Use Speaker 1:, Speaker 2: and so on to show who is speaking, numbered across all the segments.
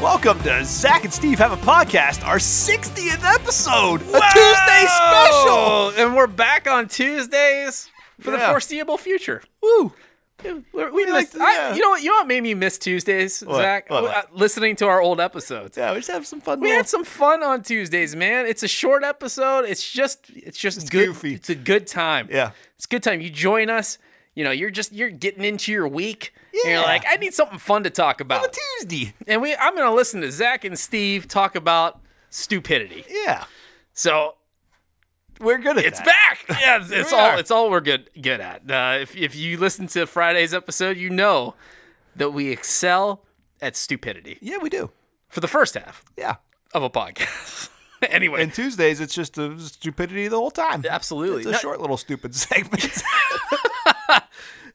Speaker 1: Welcome to Zach and Steve Have a Podcast, our 60th episode.
Speaker 2: A Tuesday special.
Speaker 3: Oh, and we're back on Tuesdays for the
Speaker 1: Yeah.
Speaker 3: foreseeable future.
Speaker 2: Woo!
Speaker 3: We're- We
Speaker 1: like-
Speaker 3: missed, I-
Speaker 1: yeah.
Speaker 3: you know what? You know what made me miss Tuesdays, Zach?
Speaker 1: What?
Speaker 3: Uh, Listening to our old episodes.
Speaker 1: Yeah, we just have some fun.
Speaker 3: We
Speaker 1: little-
Speaker 3: had some fun on Tuesdays, man. It's a short episode. It's just, it's just good.
Speaker 1: goofy.
Speaker 3: It's a good time.
Speaker 1: Yeah.
Speaker 3: it's a good time. You join us. You know, you're just you're getting into your week. And
Speaker 1: Yeah.
Speaker 3: you're like, I need something fun to talk
Speaker 1: on a
Speaker 3: about.
Speaker 1: Tuesday.
Speaker 3: And we, I'm gonna listen to Zach and Steve talk about stupidity.
Speaker 1: Yeah,
Speaker 3: So
Speaker 1: we're good at
Speaker 3: It's
Speaker 1: that.
Speaker 3: back. Yeah, it's, it's
Speaker 1: we
Speaker 3: all
Speaker 1: are.
Speaker 3: it's all we're good good at. Uh, if if you listen to Friday's episode, you know that we excel at stupidity
Speaker 1: Yeah, we do.
Speaker 3: for the first half
Speaker 1: Yeah.
Speaker 3: of a podcast. anyway,
Speaker 1: And Tuesdays, it's just the stupidity the whole time.
Speaker 3: absolutely.
Speaker 1: It's a
Speaker 3: No,
Speaker 1: short little stupid segment.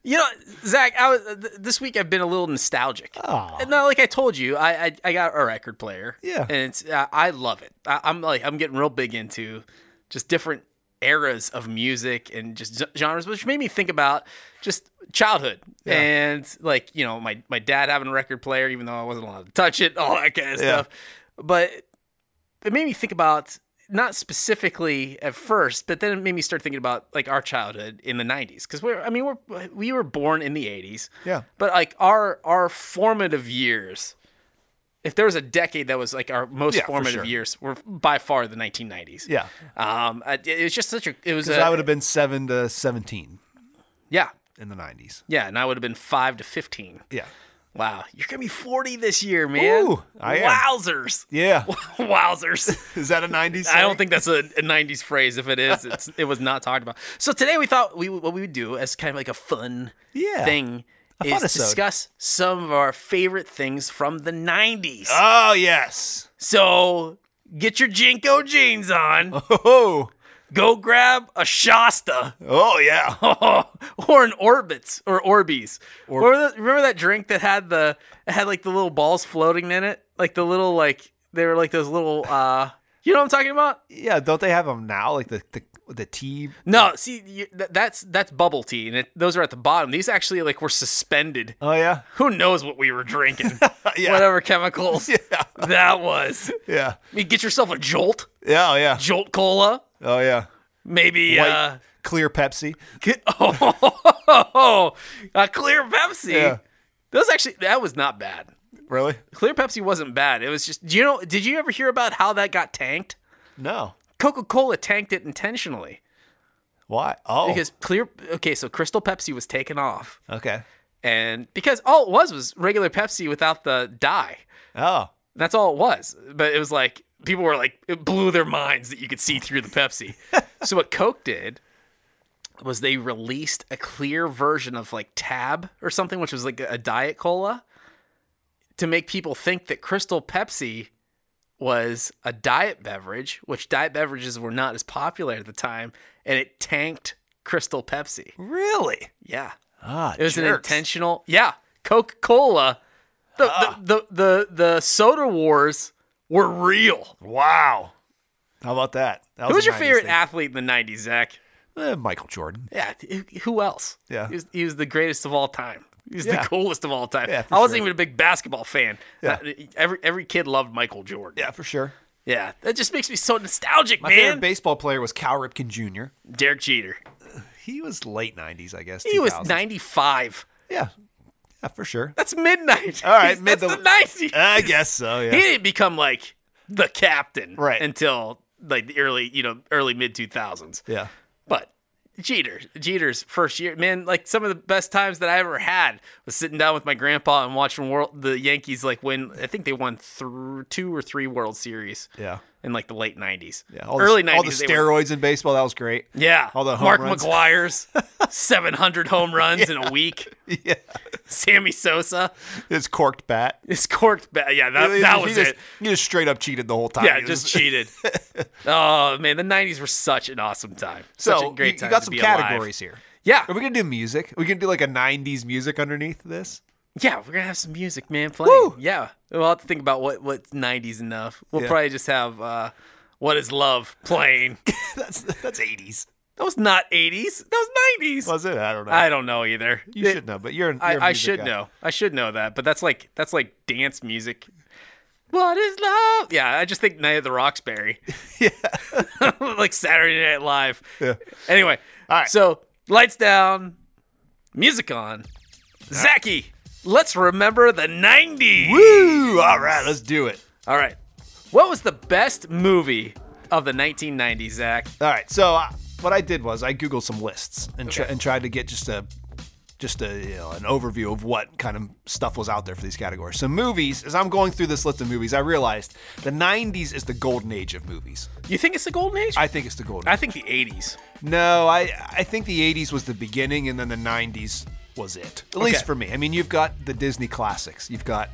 Speaker 3: You know, Zach, I was, th- this week I've been a little nostalgic.
Speaker 1: Aw.
Speaker 3: And Now, like I told you, I I, I got a record player.
Speaker 1: Yeah.
Speaker 3: and it's uh, I love it. I, I'm like I'm getting real big into just different eras of music and just z- genres, which made me think about just childhood and like you know my my dad having a record player, even though I wasn't allowed to touch it, all that kind of
Speaker 1: Yeah.
Speaker 3: stuff. But it made me think about not specifically at first, but then it made me start thinking about like our childhood in the '90s because we're I mean we're we were born in the '80s,
Speaker 1: Yeah.
Speaker 3: but like our our formative years. If there was a decade that was like our most
Speaker 1: Yeah, for
Speaker 3: formative
Speaker 1: sure.
Speaker 3: years, were by far the 1990s.
Speaker 1: Yeah.
Speaker 3: um, I- it, it was just such a. It was.
Speaker 1: Because I
Speaker 3: A,
Speaker 1: would have been 7 to 17
Speaker 3: yeah,
Speaker 1: in the 90s.
Speaker 3: yeah, and I would have been five to 15.
Speaker 1: Yeah.
Speaker 3: Wow, you're gonna be 40 this year, man.
Speaker 1: Ooh, I am.
Speaker 3: Wowzers,
Speaker 1: Yeah.
Speaker 3: wowzers.
Speaker 1: Is that a 90s?
Speaker 3: I don't
Speaker 1: song?
Speaker 3: think that's a, a 90s phrase. If it is, it's, it was not talked about. So today we thought we what we would do as kind of like a fun
Speaker 1: Yeah.
Speaker 3: thing is
Speaker 1: funisode.
Speaker 3: discuss some of our favorite things from the 90s.
Speaker 1: Oh, yes.
Speaker 3: so get your Jinko jeans on,
Speaker 1: Oh.
Speaker 3: go grab a Shasta
Speaker 1: Oh, yeah.
Speaker 3: or an Orbitz or Orbeez. remember, the- remember that drink that had the it had like the little balls floating in it? Like the little like they were like those little uh you know what I'm talking about?
Speaker 1: Yeah, don't they have them now? Like the the, the tea?
Speaker 3: No, see, you, th- that's that's bubble tea, and it, those are at the bottom. These actually like were suspended.
Speaker 1: Oh yeah,
Speaker 3: Who knows what we were drinking?
Speaker 1: yeah,
Speaker 3: Whatever chemicals
Speaker 1: yeah,
Speaker 3: that was.
Speaker 1: yeah,
Speaker 3: I mean, get yourself a Jolt,
Speaker 1: yeah, oh, yeah,
Speaker 3: Jolt Cola,
Speaker 1: oh yeah.
Speaker 3: maybe.
Speaker 1: White
Speaker 3: Uh,
Speaker 1: clear Pepsi.
Speaker 3: get, oh, a clear Pepsi.
Speaker 1: Yeah.
Speaker 3: Those actually that was not bad.
Speaker 1: Really?
Speaker 3: Clear Pepsi wasn't bad. It was just. Do you know? Did you ever hear about how that got tanked?
Speaker 1: No.
Speaker 3: Coca Cola tanked it intentionally
Speaker 1: Why? Oh,
Speaker 3: because clear. Okay, so Crystal Pepsi was taken off.
Speaker 1: okay.
Speaker 3: and because all it was was regular Pepsi without the dye.
Speaker 1: Oh,
Speaker 3: That's all it was. But it was like people were like it blew their minds that you could see through the Pepsi. so what Coke did was they released a clear version of like Tab or something, which was like a diet cola, to make people think that Crystal Pepsi was a diet beverage, which diet beverages were not as popular at the time, and it tanked Crystal Pepsi.
Speaker 1: really?
Speaker 3: Yeah.
Speaker 1: Ah,
Speaker 3: It was an
Speaker 1: jerks.
Speaker 3: intentional. Yeah, Coca Cola. The,
Speaker 1: Ah.
Speaker 3: the, the the the soda wars were real.
Speaker 1: Wow. How about that? that
Speaker 3: Who was your
Speaker 1: 90s
Speaker 3: favorite
Speaker 1: thing.
Speaker 3: athlete in the '90s, Zach?
Speaker 1: Eh, Michael Jordan.
Speaker 3: Yeah, th- who else?
Speaker 1: Yeah.
Speaker 3: he was, he was the greatest of all time. He was
Speaker 1: Yeah.
Speaker 3: the coolest of all time.
Speaker 1: Yeah, for
Speaker 3: I wasn't
Speaker 1: sure.
Speaker 3: even a big basketball fan.
Speaker 1: Yeah.
Speaker 3: Uh, every every kid loved Michael Jordan.
Speaker 1: Yeah, for sure.
Speaker 3: yeah, that just makes me so nostalgic,
Speaker 1: My favorite
Speaker 3: man.
Speaker 1: baseball player was Cal Ripken Jr.
Speaker 3: Derek Jeter.
Speaker 1: He was late '90s, I guess.
Speaker 3: He was
Speaker 1: 2000s.
Speaker 3: 95.
Speaker 1: Yeah, yeah, for sure.
Speaker 3: That's mid 90s.
Speaker 1: All right, mid
Speaker 3: that's
Speaker 1: the-
Speaker 3: the 90s.
Speaker 1: I guess so. Yeah.
Speaker 3: he didn't become like the captain
Speaker 1: Right.
Speaker 3: until like the early you know early mid 2000s
Speaker 1: yeah.
Speaker 3: but jeter jeter's first year man like some of the best times that i ever had was sitting down with my grandpa and watching world the yankees like win i think they won through two or three world series
Speaker 1: Yeah.
Speaker 3: in like the late 90s
Speaker 1: Yeah. All
Speaker 3: early
Speaker 1: the,
Speaker 3: 90s
Speaker 1: All the
Speaker 3: they were-
Speaker 1: steroids in baseball. That was great.
Speaker 3: yeah
Speaker 1: all the home
Speaker 3: mark
Speaker 1: runs.
Speaker 3: mcguire's 700 home runs in a week
Speaker 1: Yeah.
Speaker 3: sammy sosa
Speaker 1: His corked bat.
Speaker 3: is corked ba- yeah that,
Speaker 1: He-
Speaker 3: that
Speaker 1: he
Speaker 3: was
Speaker 1: just,
Speaker 3: it
Speaker 1: He just straight up cheated the whole time.
Speaker 3: Yeah,
Speaker 1: He
Speaker 3: just
Speaker 1: was-
Speaker 3: cheated. oh man, the '90s were such an awesome time. Such
Speaker 1: So
Speaker 3: a great
Speaker 1: you,
Speaker 3: time.
Speaker 1: you got
Speaker 3: to
Speaker 1: some
Speaker 3: be alive.
Speaker 1: categories here.
Speaker 3: Yeah,
Speaker 1: Are we gonna do music? Are we gonna do like a '90s music underneath this?
Speaker 3: yeah, we're gonna have some music, man. Playing.
Speaker 1: Woo!
Speaker 3: Yeah, we'll have to think about what what '90s enough. We'll
Speaker 1: Yeah.
Speaker 3: probably just have uh, "What Is Love" playing. that
Speaker 1: that's that's '80s.
Speaker 3: was not '80s. That was '90s.
Speaker 1: Was it? I don't know.
Speaker 3: I don't know either.
Speaker 1: you
Speaker 3: It-
Speaker 1: should know, but you're. an- you're a
Speaker 3: I, I
Speaker 1: music
Speaker 3: should
Speaker 1: guy.
Speaker 3: know. I should know that, but that's like that's like dance music. What is love? Yeah, I just think Night at the Roxbury. Yeah. like Saturday Night Live.
Speaker 1: Yeah.
Speaker 3: Anyway, all
Speaker 1: right.
Speaker 3: So lights down, music on. Zachy, let's remember the '90s.
Speaker 1: Woo! All right, let's do it.
Speaker 3: All right, what was the best movie of the 1990s, Zach?
Speaker 1: All right. So uh, what I did was I googled some lists and tr- and tried to get just a just a you know, an overview of what kind of stuff was out there for these categories. So movies, as I'm going through this list of movies, I realized the 90s is the golden age of movies.
Speaker 3: You think it's the golden age?
Speaker 1: I think it's the golden.
Speaker 3: I
Speaker 1: Age.
Speaker 3: think the '80s.
Speaker 1: No, I I think the 80s was the beginning and then the 90s was it. At least
Speaker 3: Okay.
Speaker 1: for me. I mean, you've got the Disney classics. You've got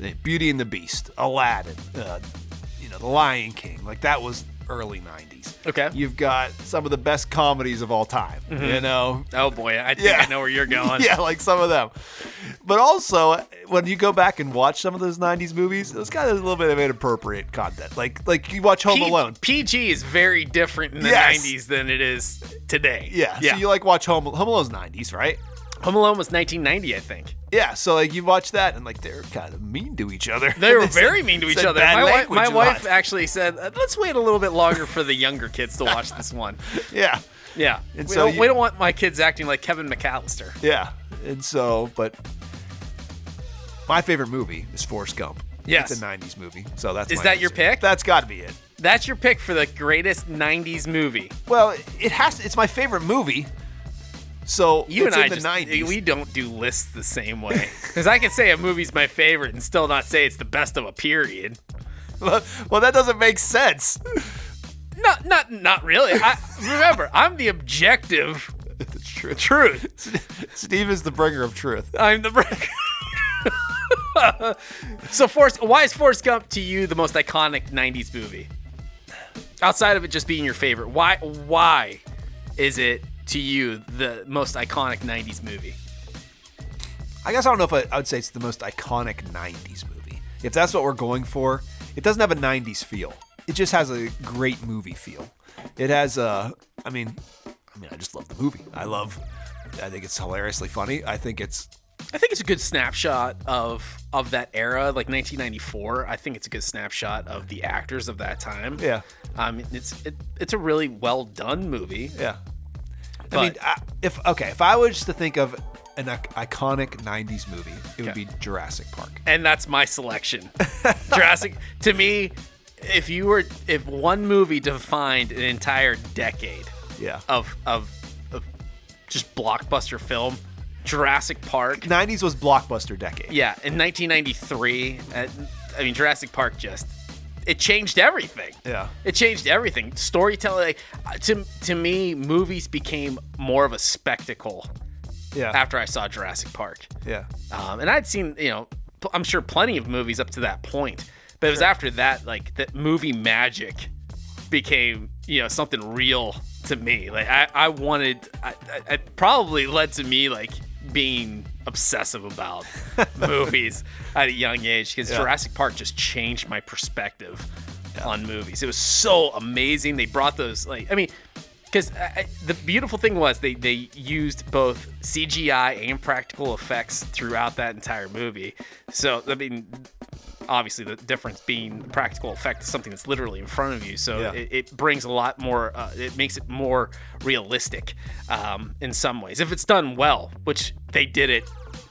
Speaker 1: the Beauty and the Beast, Aladdin, uh, you know, The Lion King. Like that was early 90s.
Speaker 3: Okay.
Speaker 1: You've got some of the best comedies of all time. You know,
Speaker 3: Oh boy, I think
Speaker 1: Yeah.
Speaker 3: I know where you're going.
Speaker 1: yeah, like some of them. But also, when you go back and watch some of those '90s movies, it's got a little bit of inappropriate content. Like, like you watch Home
Speaker 3: P-
Speaker 1: Alone.
Speaker 3: PG is very different in the
Speaker 1: Yes.
Speaker 3: 90s than it is today.
Speaker 1: Yeah,
Speaker 3: yeah.
Speaker 1: So you like watch Home Home Alone's '90s, right?
Speaker 3: Home Alone was 1990, I think.
Speaker 1: Yeah. So like you watch that and like they're kind of mean to each other.
Speaker 3: They were
Speaker 1: said-
Speaker 3: very mean to each
Speaker 1: said
Speaker 3: other.
Speaker 1: bad
Speaker 3: My, wife,
Speaker 1: language
Speaker 3: my
Speaker 1: a
Speaker 3: wife
Speaker 1: lot.
Speaker 3: actually said, "Uh, "Let's wait a little bit longer for the younger kids to watch this one."
Speaker 1: Yeah.
Speaker 3: Yeah,
Speaker 1: And
Speaker 3: we,
Speaker 1: so
Speaker 3: don't,
Speaker 1: you-
Speaker 3: we don't want my kids acting like Kevin McAllister.
Speaker 1: Yeah. And so, but my favorite movie is Forrest Gump.
Speaker 3: Yes.
Speaker 1: It's a '90s movie. So that's
Speaker 3: Is
Speaker 1: my
Speaker 3: that your
Speaker 1: answer.
Speaker 3: pick?
Speaker 1: That's got to be it.
Speaker 3: That's your pick for the greatest '90s movie.
Speaker 1: Well, it has. It's my favorite movie. So
Speaker 3: You
Speaker 1: it's
Speaker 3: and I
Speaker 1: in the
Speaker 3: just eh,
Speaker 1: 90s.
Speaker 3: we don't do lists the same way. Because I can say a movie's my favorite and still not say it's the best of a period.
Speaker 1: well, that doesn't make sense.
Speaker 3: Not, not, not really. I, remember, I'm the objective
Speaker 1: It's true.
Speaker 3: truth.
Speaker 1: Steve is the bringer of truth.
Speaker 3: I'm the brick. so, Forrest, why is Forrest Gump to you the most iconic '90s movie? Outside of it just being your favorite, why why is it to you the most iconic '90s movie?
Speaker 1: I guess I don't know if I, I would say it's the most iconic 90s movie. If that's what we're going for, it doesn't have a 90s feel. It just has a great movie feel. It has a, I mean, I mean, I just love the movie. I love, I think it's hilariously funny. I think it's,
Speaker 3: I think it's a good snapshot of of that era, like 1994. I think it's a good snapshot of the actors of that time.
Speaker 1: Yeah.
Speaker 3: um, it's it, it's a really well done movie.
Speaker 1: yeah. I
Speaker 3: But-
Speaker 1: mean, I, if, okay, if I was to think of an ic- iconic 90s movie, it would
Speaker 3: Okay.
Speaker 1: be Jurassic Park.
Speaker 3: and that's my selection. Jurassic to me, if you were if one movie defined an entire decade
Speaker 1: Yeah.
Speaker 3: of of, of just blockbuster film, Jurassic Park.
Speaker 1: 90s was blockbuster decade.
Speaker 3: Yeah, in 1993, uh, I mean Jurassic Park just it changed everything.
Speaker 1: Yeah.
Speaker 3: It changed everything. Storytelling like, uh, to to me movies became more of a spectacle
Speaker 1: Yeah.
Speaker 3: after I saw Jurassic Park.
Speaker 1: yeah.
Speaker 3: Um, and I'd seen, you know, pl- I'm sure plenty of movies up to that point, but it was after that, like that movie magic became, you know, something real to me. Like I, I wanted, I, I, it probably led to me like being obsessive about movies at a young age because Jurassic Park just changed my perspective on movies. It was so amazing. They brought those, like, I mean, because the beautiful thing was they, they used both CGI and practical effects throughout that entire movie. So I mean, obviously the difference being the practical effect is something that's literally in front of you. So
Speaker 1: Yeah.
Speaker 3: it, it brings a lot more. Uh, it makes it more realistic um, in some ways if it's done well, which they did it.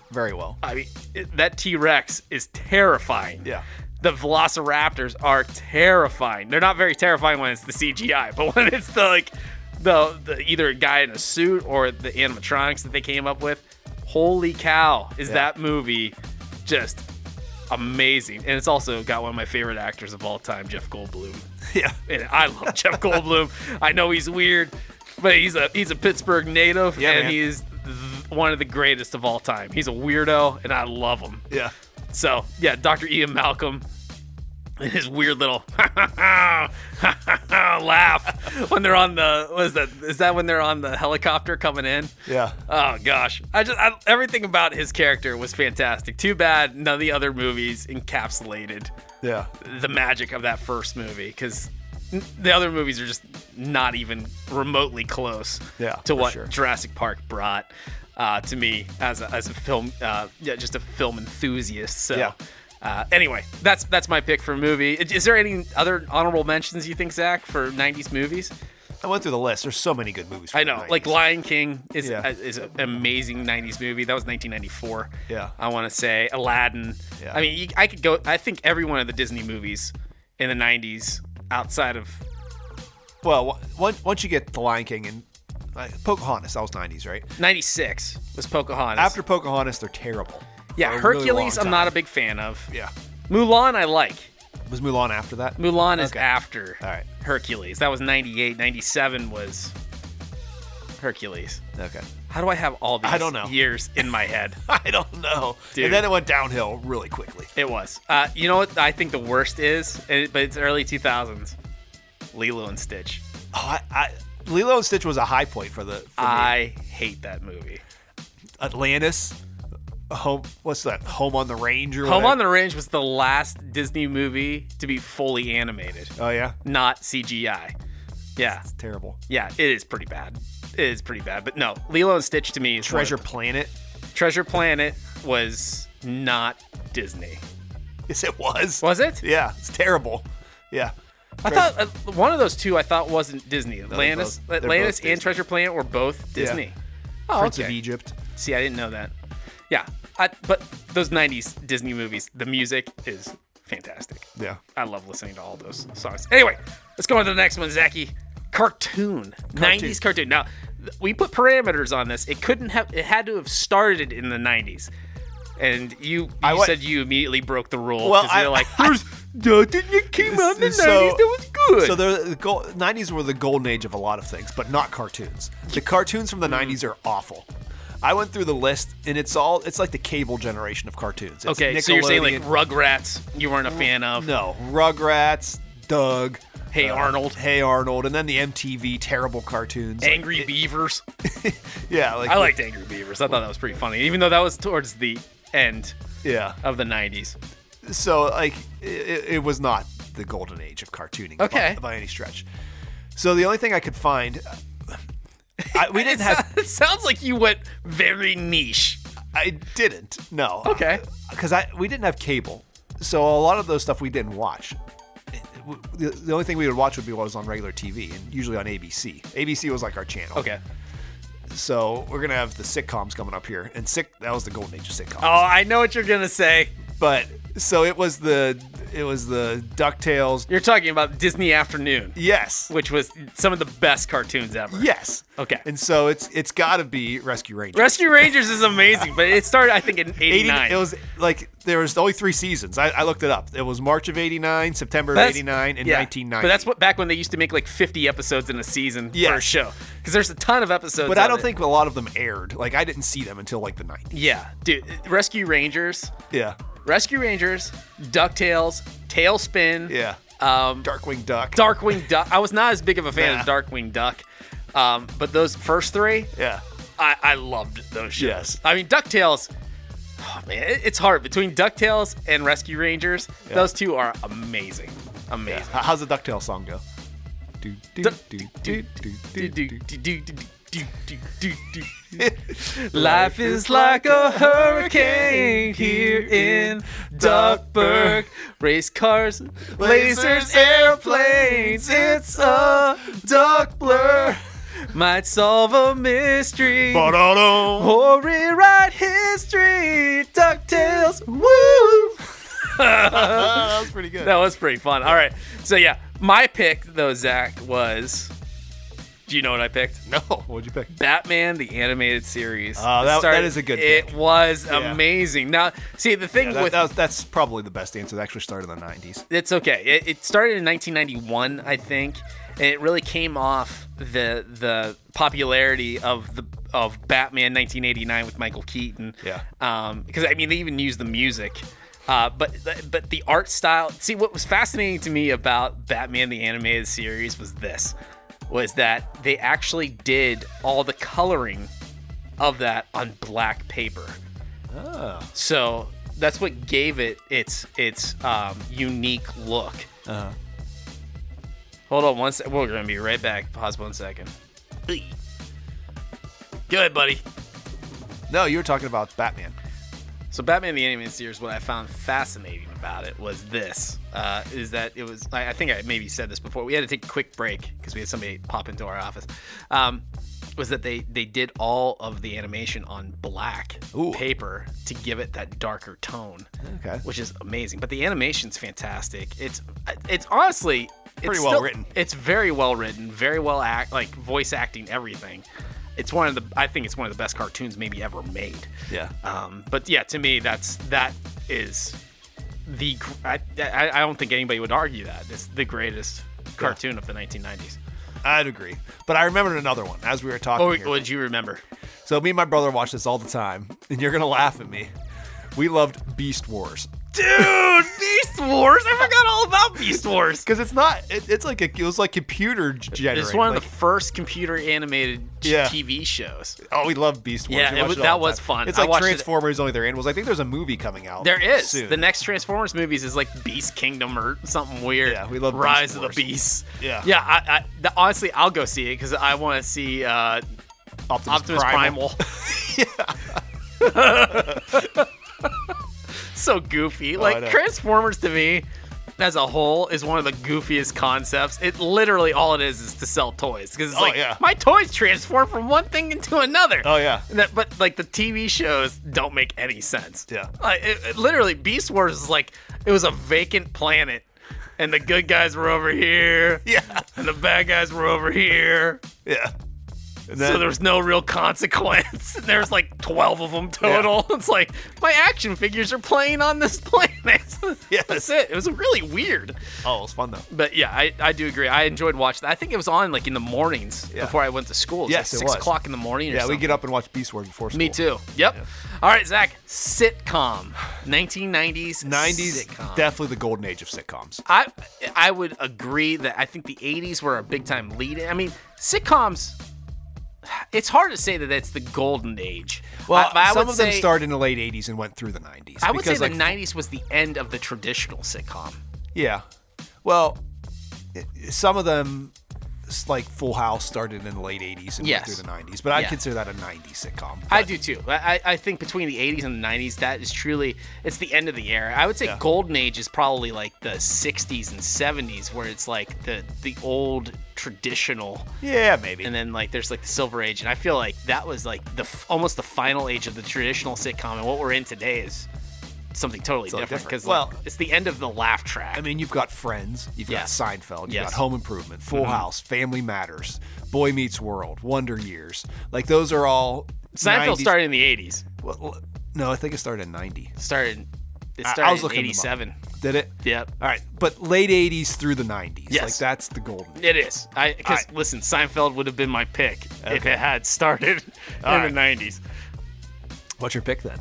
Speaker 1: Very well.
Speaker 3: I mean, it, that T Rex is terrifying.
Speaker 1: Yeah.
Speaker 3: The Velociraptors are terrifying. They're not very terrifying when it's the CGI, but when it's the like the, the either a guy in a suit or the animatronics that they came up with, holy cow, is that movie just amazing. And it's also got one of my favorite actors of all time, Jeff Goldblum.
Speaker 1: Yeah.
Speaker 3: And I love Jeff Goldblum. I know he's weird, but he's a he's a Pittsburgh native
Speaker 1: Yeah,
Speaker 3: and
Speaker 1: man.
Speaker 3: he's th- one of the greatest of all time. He's a weirdo and I love him.
Speaker 1: Yeah.
Speaker 3: So yeah, Dr. Ian Malcolm and his weird little laugh when they're on the what is that is that when they're on the helicopter coming in?
Speaker 1: Yeah.
Speaker 3: Oh gosh, I just I, everything about his character was fantastic. Too bad none of the other movies encapsulated
Speaker 1: Yeah.
Speaker 3: the magic of that first movie because the other movies are just not even remotely close
Speaker 1: Yeah,
Speaker 3: to
Speaker 1: for
Speaker 3: what
Speaker 1: sure.
Speaker 3: Jurassic Park brought uh, to me as a, as a film, uh, yeah, just a film enthusiast. So
Speaker 1: Yeah.
Speaker 3: Uh, anyway, that's that's my pick for a movie. Is is there any other honorable mentions you think, Zach, for '90s movies?
Speaker 1: I went through the list. There's so many good movies. From
Speaker 3: I
Speaker 1: the
Speaker 3: know, like
Speaker 1: 90s.
Speaker 3: Lion King is
Speaker 1: Yeah.
Speaker 3: is an amazing '90s movie. That was 1994.
Speaker 1: Yeah.
Speaker 3: I want to say Aladdin.
Speaker 1: Yeah.
Speaker 3: I mean, you, I could go. I think every one of the Disney movies in the '90s, outside of
Speaker 1: well, once once you get the Lion King and uh, Pocahontas, that was 90s, right?
Speaker 3: '96, was Pocahontas.
Speaker 1: After Pocahontas, they're terrible.
Speaker 3: yeah,
Speaker 1: For a really
Speaker 3: Hercules,
Speaker 1: long
Speaker 3: I'm not a
Speaker 1: time.
Speaker 3: big fan of.
Speaker 1: Yeah.
Speaker 3: Mulan, I like.
Speaker 1: Was Mulan after that?
Speaker 3: Mulan is
Speaker 1: Okay.
Speaker 3: after
Speaker 1: All right.
Speaker 3: Hercules. That was 98. 97 was Hercules.
Speaker 1: Okay.
Speaker 3: How do I have all these
Speaker 1: I don't know.
Speaker 3: years in my head?
Speaker 1: I don't know.
Speaker 3: Dude.
Speaker 1: And then it went downhill really quickly.
Speaker 3: It was. Uh, you know what I think the worst is? And it- but it's early 2000s. Lilo and Stitch.
Speaker 1: Oh, I, I, Lilo and Stitch was a high point for the for me.
Speaker 3: I hate that movie.
Speaker 1: Atlantis. Home. What's that? Home on the Range or
Speaker 3: Home
Speaker 1: whatever?
Speaker 3: on the Range was the last Disney movie to be fully animated,
Speaker 1: Oh yeah.
Speaker 3: not CGI. Yeah,
Speaker 1: Terrible.
Speaker 3: yeah, it is pretty bad. It is pretty bad. But no, Lilo and Stitch to me is one of
Speaker 1: Treasure Planet.
Speaker 3: Treasure Planet was not Disney.
Speaker 1: Yes, it was.
Speaker 3: Was it?
Speaker 1: Yeah, it's terrible. Yeah.
Speaker 3: I thought uh, one of those two I thought wasn't Disney. Atlantis,
Speaker 1: both- they're
Speaker 3: Atlantis
Speaker 1: both
Speaker 3: and
Speaker 1: Disney.
Speaker 3: Treasure Planet were both Disney. Oh,
Speaker 1: Prince of
Speaker 3: okay.
Speaker 1: Egypt.
Speaker 3: See, I didn't know that. Yeah, I, but those '90s Disney movies, the music is fantastic.
Speaker 1: Yeah.
Speaker 3: I love listening to all those songs. Anyway, let's go on to the next one, Zachy. Cartoon. 90s cartoon. Now, th- we put parameters on this. It couldn't have, it had to have started in the 90s. And you, you
Speaker 1: I wa-
Speaker 3: said you immediately broke the rule
Speaker 1: Well,
Speaker 3: because
Speaker 1: I-
Speaker 3: you're like, there's nothing that came out in the
Speaker 1: So-
Speaker 3: 90s that was good.
Speaker 1: So there- the gold, 90s were the golden age of a lot of things, but not cartoons. The cartoons
Speaker 3: Mm.
Speaker 1: from the 90s are awful. I went through the list, and it's all it's like the cable generation of cartoons. It's
Speaker 3: okay, so you're saying like
Speaker 1: Nickelodeon-
Speaker 3: Rugrats you weren't a fan of.
Speaker 1: no Rugrats, Doug, uh,
Speaker 3: Hey Arnold.
Speaker 1: Hey Arnold, and then the MTV terrible cartoons. Like,
Speaker 3: Angry Beavers.
Speaker 1: yeah, like
Speaker 3: I liked Angry Beavers. I thought that was pretty funny, even though that was towards the end
Speaker 1: yeah.
Speaker 3: of the 90s.
Speaker 1: so like it, it was not the golden age of cartooning by-
Speaker 3: Okay.
Speaker 1: by, any stretch so the only thing i could find I, we didn't have
Speaker 3: it sounds like you went very niche.
Speaker 1: i didn't no
Speaker 3: Okay.
Speaker 1: because i we didn't have cable so a lot of those stuff we didn't watch the, the only thing we would watch would be what was on regular tv and usually on abc abc was like our channel
Speaker 3: Okay.
Speaker 1: so we're gonna have the sitcoms coming up here and sick that was the golden age of sitcoms
Speaker 3: Oh, I know what you're gonna say.
Speaker 1: but so it was the it was the ducktales
Speaker 3: You're talking about Disney Afternoon,
Speaker 1: yes
Speaker 3: which was some of the best cartoons ever.
Speaker 1: Yes.
Speaker 3: Okay.
Speaker 1: And so it's it's got to be Rescue Rangers.
Speaker 3: Rescue Rangers is amazing, but it started I think in
Speaker 1: 80
Speaker 3: '89.
Speaker 1: It was like there was only three seasons. I, I looked it up. It was March of '89, September of
Speaker 3: That's-
Speaker 1: '89, and
Speaker 3: yeah.
Speaker 1: 1990.
Speaker 3: But that's what back when they used to make like 50 episodes in a season for a
Speaker 1: Yes.
Speaker 3: show, because there's a ton of episodes.
Speaker 1: But I
Speaker 3: of
Speaker 1: don't
Speaker 3: it.
Speaker 1: think a lot of them aired. Like I didn't see them until like the '90s.
Speaker 3: Yeah, dude, Rescue Rangers,
Speaker 1: Yeah.
Speaker 3: Rescue Rangers, Ducktales, Tailspin.
Speaker 1: Yeah.
Speaker 3: Um,
Speaker 1: Darkwing Duck.
Speaker 3: Darkwing Duck. I was not as big of a fan
Speaker 1: Nah.
Speaker 3: of Darkwing Duck, um, but those first three,
Speaker 1: Yeah.
Speaker 3: I, I loved those shows.
Speaker 1: Yes.
Speaker 3: I mean, DuckTales, oh man, it- it's hard. Between DuckTales and Rescue Rangers, those two are amazing. Amazing.
Speaker 1: H- How's the Ducktales song go? Do, do,
Speaker 3: Du-
Speaker 1: do,
Speaker 3: do-
Speaker 1: do,
Speaker 3: do-
Speaker 1: do,
Speaker 3: do-
Speaker 1: do, do.
Speaker 3: do- do- do- do- do- do- do. Life is like a hurricane here in Duckburg. Race cars, lasers, airplanes. It's a
Speaker 1: duck blur.
Speaker 3: might solve a mystery.
Speaker 1: Ba-da-dum.
Speaker 3: Or rewrite history. DuckTales. Woo!
Speaker 1: Ah, that was pretty good.
Speaker 3: that was pretty fun. All right. So, yeah, my pick, though, Zach, was. Do you know what I picked?
Speaker 1: No. What'd you pick?
Speaker 3: Batman the animated series.
Speaker 1: Oh, that-
Speaker 3: Started-
Speaker 1: that is a good
Speaker 3: It was
Speaker 1: Yeah.
Speaker 3: amazing. Now, see the thing
Speaker 1: Yeah, that,
Speaker 3: with
Speaker 1: that was, that's probably the best answer. That actually started in the '90s.
Speaker 3: it's okay. It, it started in 1991, I think, and it really came off the the popularity of the of Batman 1989 with Michael Keaton.
Speaker 1: Yeah.
Speaker 3: Um, because I mean, they even used the music. Uh, but but the art style. See, what was fascinating to me about Batman the animated series was this, was that they actually did all the coloring of that on black paper. So that's what gave it its its um, unique look.
Speaker 1: Uh-huh.
Speaker 3: Hold on one sec. We're gonna be right back. Pause one second. Eey. Go ahead, buddy.
Speaker 1: No, you were talking about Batman.
Speaker 3: So Batman the Animated Series, what I found fascinating about it was this: uh, is that it was. I, I think I maybe said this before. We had to take a quick break because we had somebody pop into our office. Um, was that they they did all of the animation on black
Speaker 1: Ooh.
Speaker 3: paper to give it that darker tone,
Speaker 1: Okay.
Speaker 3: which is amazing. But the animation's fantastic. It's it's honestly it's
Speaker 1: Pretty well written.
Speaker 3: it's very well written, very well act, like voice acting, everything. It's one of the I think it's one of the best cartoons maybe ever made.
Speaker 1: Yeah.
Speaker 3: Um, but yeah, to me that's that is the gr- I, I, I don't think anybody would argue that it's the greatest cartoon of the 1990s.
Speaker 1: I'd agree. But I remembered another one as we were talking.
Speaker 3: Oh,
Speaker 1: here.
Speaker 3: would you remember?
Speaker 1: So me and my brother watch this all the time, and you're gonna laugh at me. We loved Beast Wars
Speaker 3: Dude, Beast Wars! I forgot all about Beast Wars.
Speaker 1: because it's not. It, it's like a, it was like computer g- generated.
Speaker 3: It's one of
Speaker 1: like-
Speaker 3: the first computer animated
Speaker 1: Yeah.
Speaker 3: TV shows.
Speaker 1: oh, we love Beast Wars.
Speaker 3: Yeah,
Speaker 1: We
Speaker 3: it
Speaker 1: watch
Speaker 3: was-
Speaker 1: all
Speaker 3: that
Speaker 1: the
Speaker 3: was
Speaker 1: time.
Speaker 3: fun.
Speaker 1: It's
Speaker 3: I
Speaker 1: like
Speaker 3: watched it-
Speaker 1: Transformers, only they're animals. I think there's a movie coming out.
Speaker 3: There is
Speaker 1: soon.
Speaker 3: the next Transformers movies is like Beast Kingdom or something weird.
Speaker 1: Yeah, we love Beast
Speaker 3: Rise of the
Speaker 1: Wars.
Speaker 3: Beasts.
Speaker 1: Yeah.
Speaker 3: yeah. I, I, th- honestly, I'll go see it because I want to see uh,
Speaker 1: Optimus,
Speaker 3: Optimus
Speaker 1: Primal.
Speaker 3: Primal. so goofy.
Speaker 1: Oh, I
Speaker 3: like
Speaker 1: know.
Speaker 3: Transformers to me, as a whole, is one of the goofiest concepts. It literally all it is is to sell toys because it's
Speaker 1: Oh,
Speaker 3: like
Speaker 1: yeah.
Speaker 3: my toys transform from one thing into another.
Speaker 1: Oh, yeah.
Speaker 3: And that- but like the TV shows don't make any sense.
Speaker 1: Yeah.
Speaker 3: Like, it- it literally, Beast Wars is like it was a vacant planet, and the good guys were over here,
Speaker 1: Yeah,
Speaker 3: and the bad guys were over here
Speaker 1: yeah. And then,
Speaker 3: so there's no real consequence. And there's like 12 of them total. It's like my action figures are playing on this planet.
Speaker 1: Yes.
Speaker 3: That's it. It was really weird.
Speaker 1: oh, it's fun though.
Speaker 3: But yeah, I, I do agree. I enjoyed watching that. I think it was on like in the mornings
Speaker 1: Yeah.
Speaker 3: before I went to school.
Speaker 1: Yes,
Speaker 3: like
Speaker 1: it
Speaker 3: 6
Speaker 1: was.
Speaker 3: o'clock in the morning or
Speaker 1: Yeah,
Speaker 3: something.
Speaker 1: we get up and watch Beast Wars before school.
Speaker 3: Me too. Yep. All right, Zach. Sitcom. 1990s.
Speaker 1: 90s,
Speaker 3: Sitcom.
Speaker 1: definitely the golden age of sitcoms.
Speaker 3: I I would agree that I think the 80s were a big time lead. I mean, sitcoms. It's hard to say that it's the golden age.
Speaker 1: Well,
Speaker 3: I, but I
Speaker 1: some
Speaker 3: would
Speaker 1: of them
Speaker 3: say-
Speaker 1: started in the late 80s and went through the 90s.
Speaker 3: I would say
Speaker 1: because,
Speaker 3: the
Speaker 1: like,
Speaker 3: 90s was the end of the traditional sitcom.
Speaker 1: Yeah. Well, i- some of them, s- like Full House, started in the late 80s and
Speaker 3: Yes.
Speaker 1: went through the 90s, but I
Speaker 3: Yeah.
Speaker 1: consider that a 90s sitcom.
Speaker 3: I do too. I, I- I think between the 80s and the 90s, that is truly it's the end of the era. I would say golden age is probably like the 60s and 70s, where it's like the the old traditional
Speaker 1: Yeah, maybe.
Speaker 3: and then like there's like the silver age and i feel like that was like the f- almost the final age of the traditional sitcom and what we're in today is something totally
Speaker 1: Something different.
Speaker 3: different because well
Speaker 1: Well-
Speaker 3: it's the end of the laugh track
Speaker 1: I mean, you've got Friends, you've
Speaker 3: Yeah.
Speaker 1: got Seinfeld, you've
Speaker 3: Yes. Mm-hmm.
Speaker 1: got Home Improvement, Full House, Family Matters, Boy Meets World, Wonder Years. Like, those are all.
Speaker 3: seinfeld
Speaker 1: 90s
Speaker 3: started in the 80s
Speaker 1: Well, well, no, I think it started in 90.
Speaker 3: started it
Speaker 1: I- I
Speaker 3: started
Speaker 1: was
Speaker 3: in
Speaker 1: looking them up.
Speaker 3: 87
Speaker 1: Did it?
Speaker 3: yep
Speaker 1: All right, but late 80s through the 90s.
Speaker 3: Yes.
Speaker 1: Like, that's the golden age.
Speaker 3: it is i because
Speaker 1: Alright.
Speaker 3: listen seinfeld would have been my pick if it had started in
Speaker 1: Alright.
Speaker 3: the 90s
Speaker 1: What's your pick then?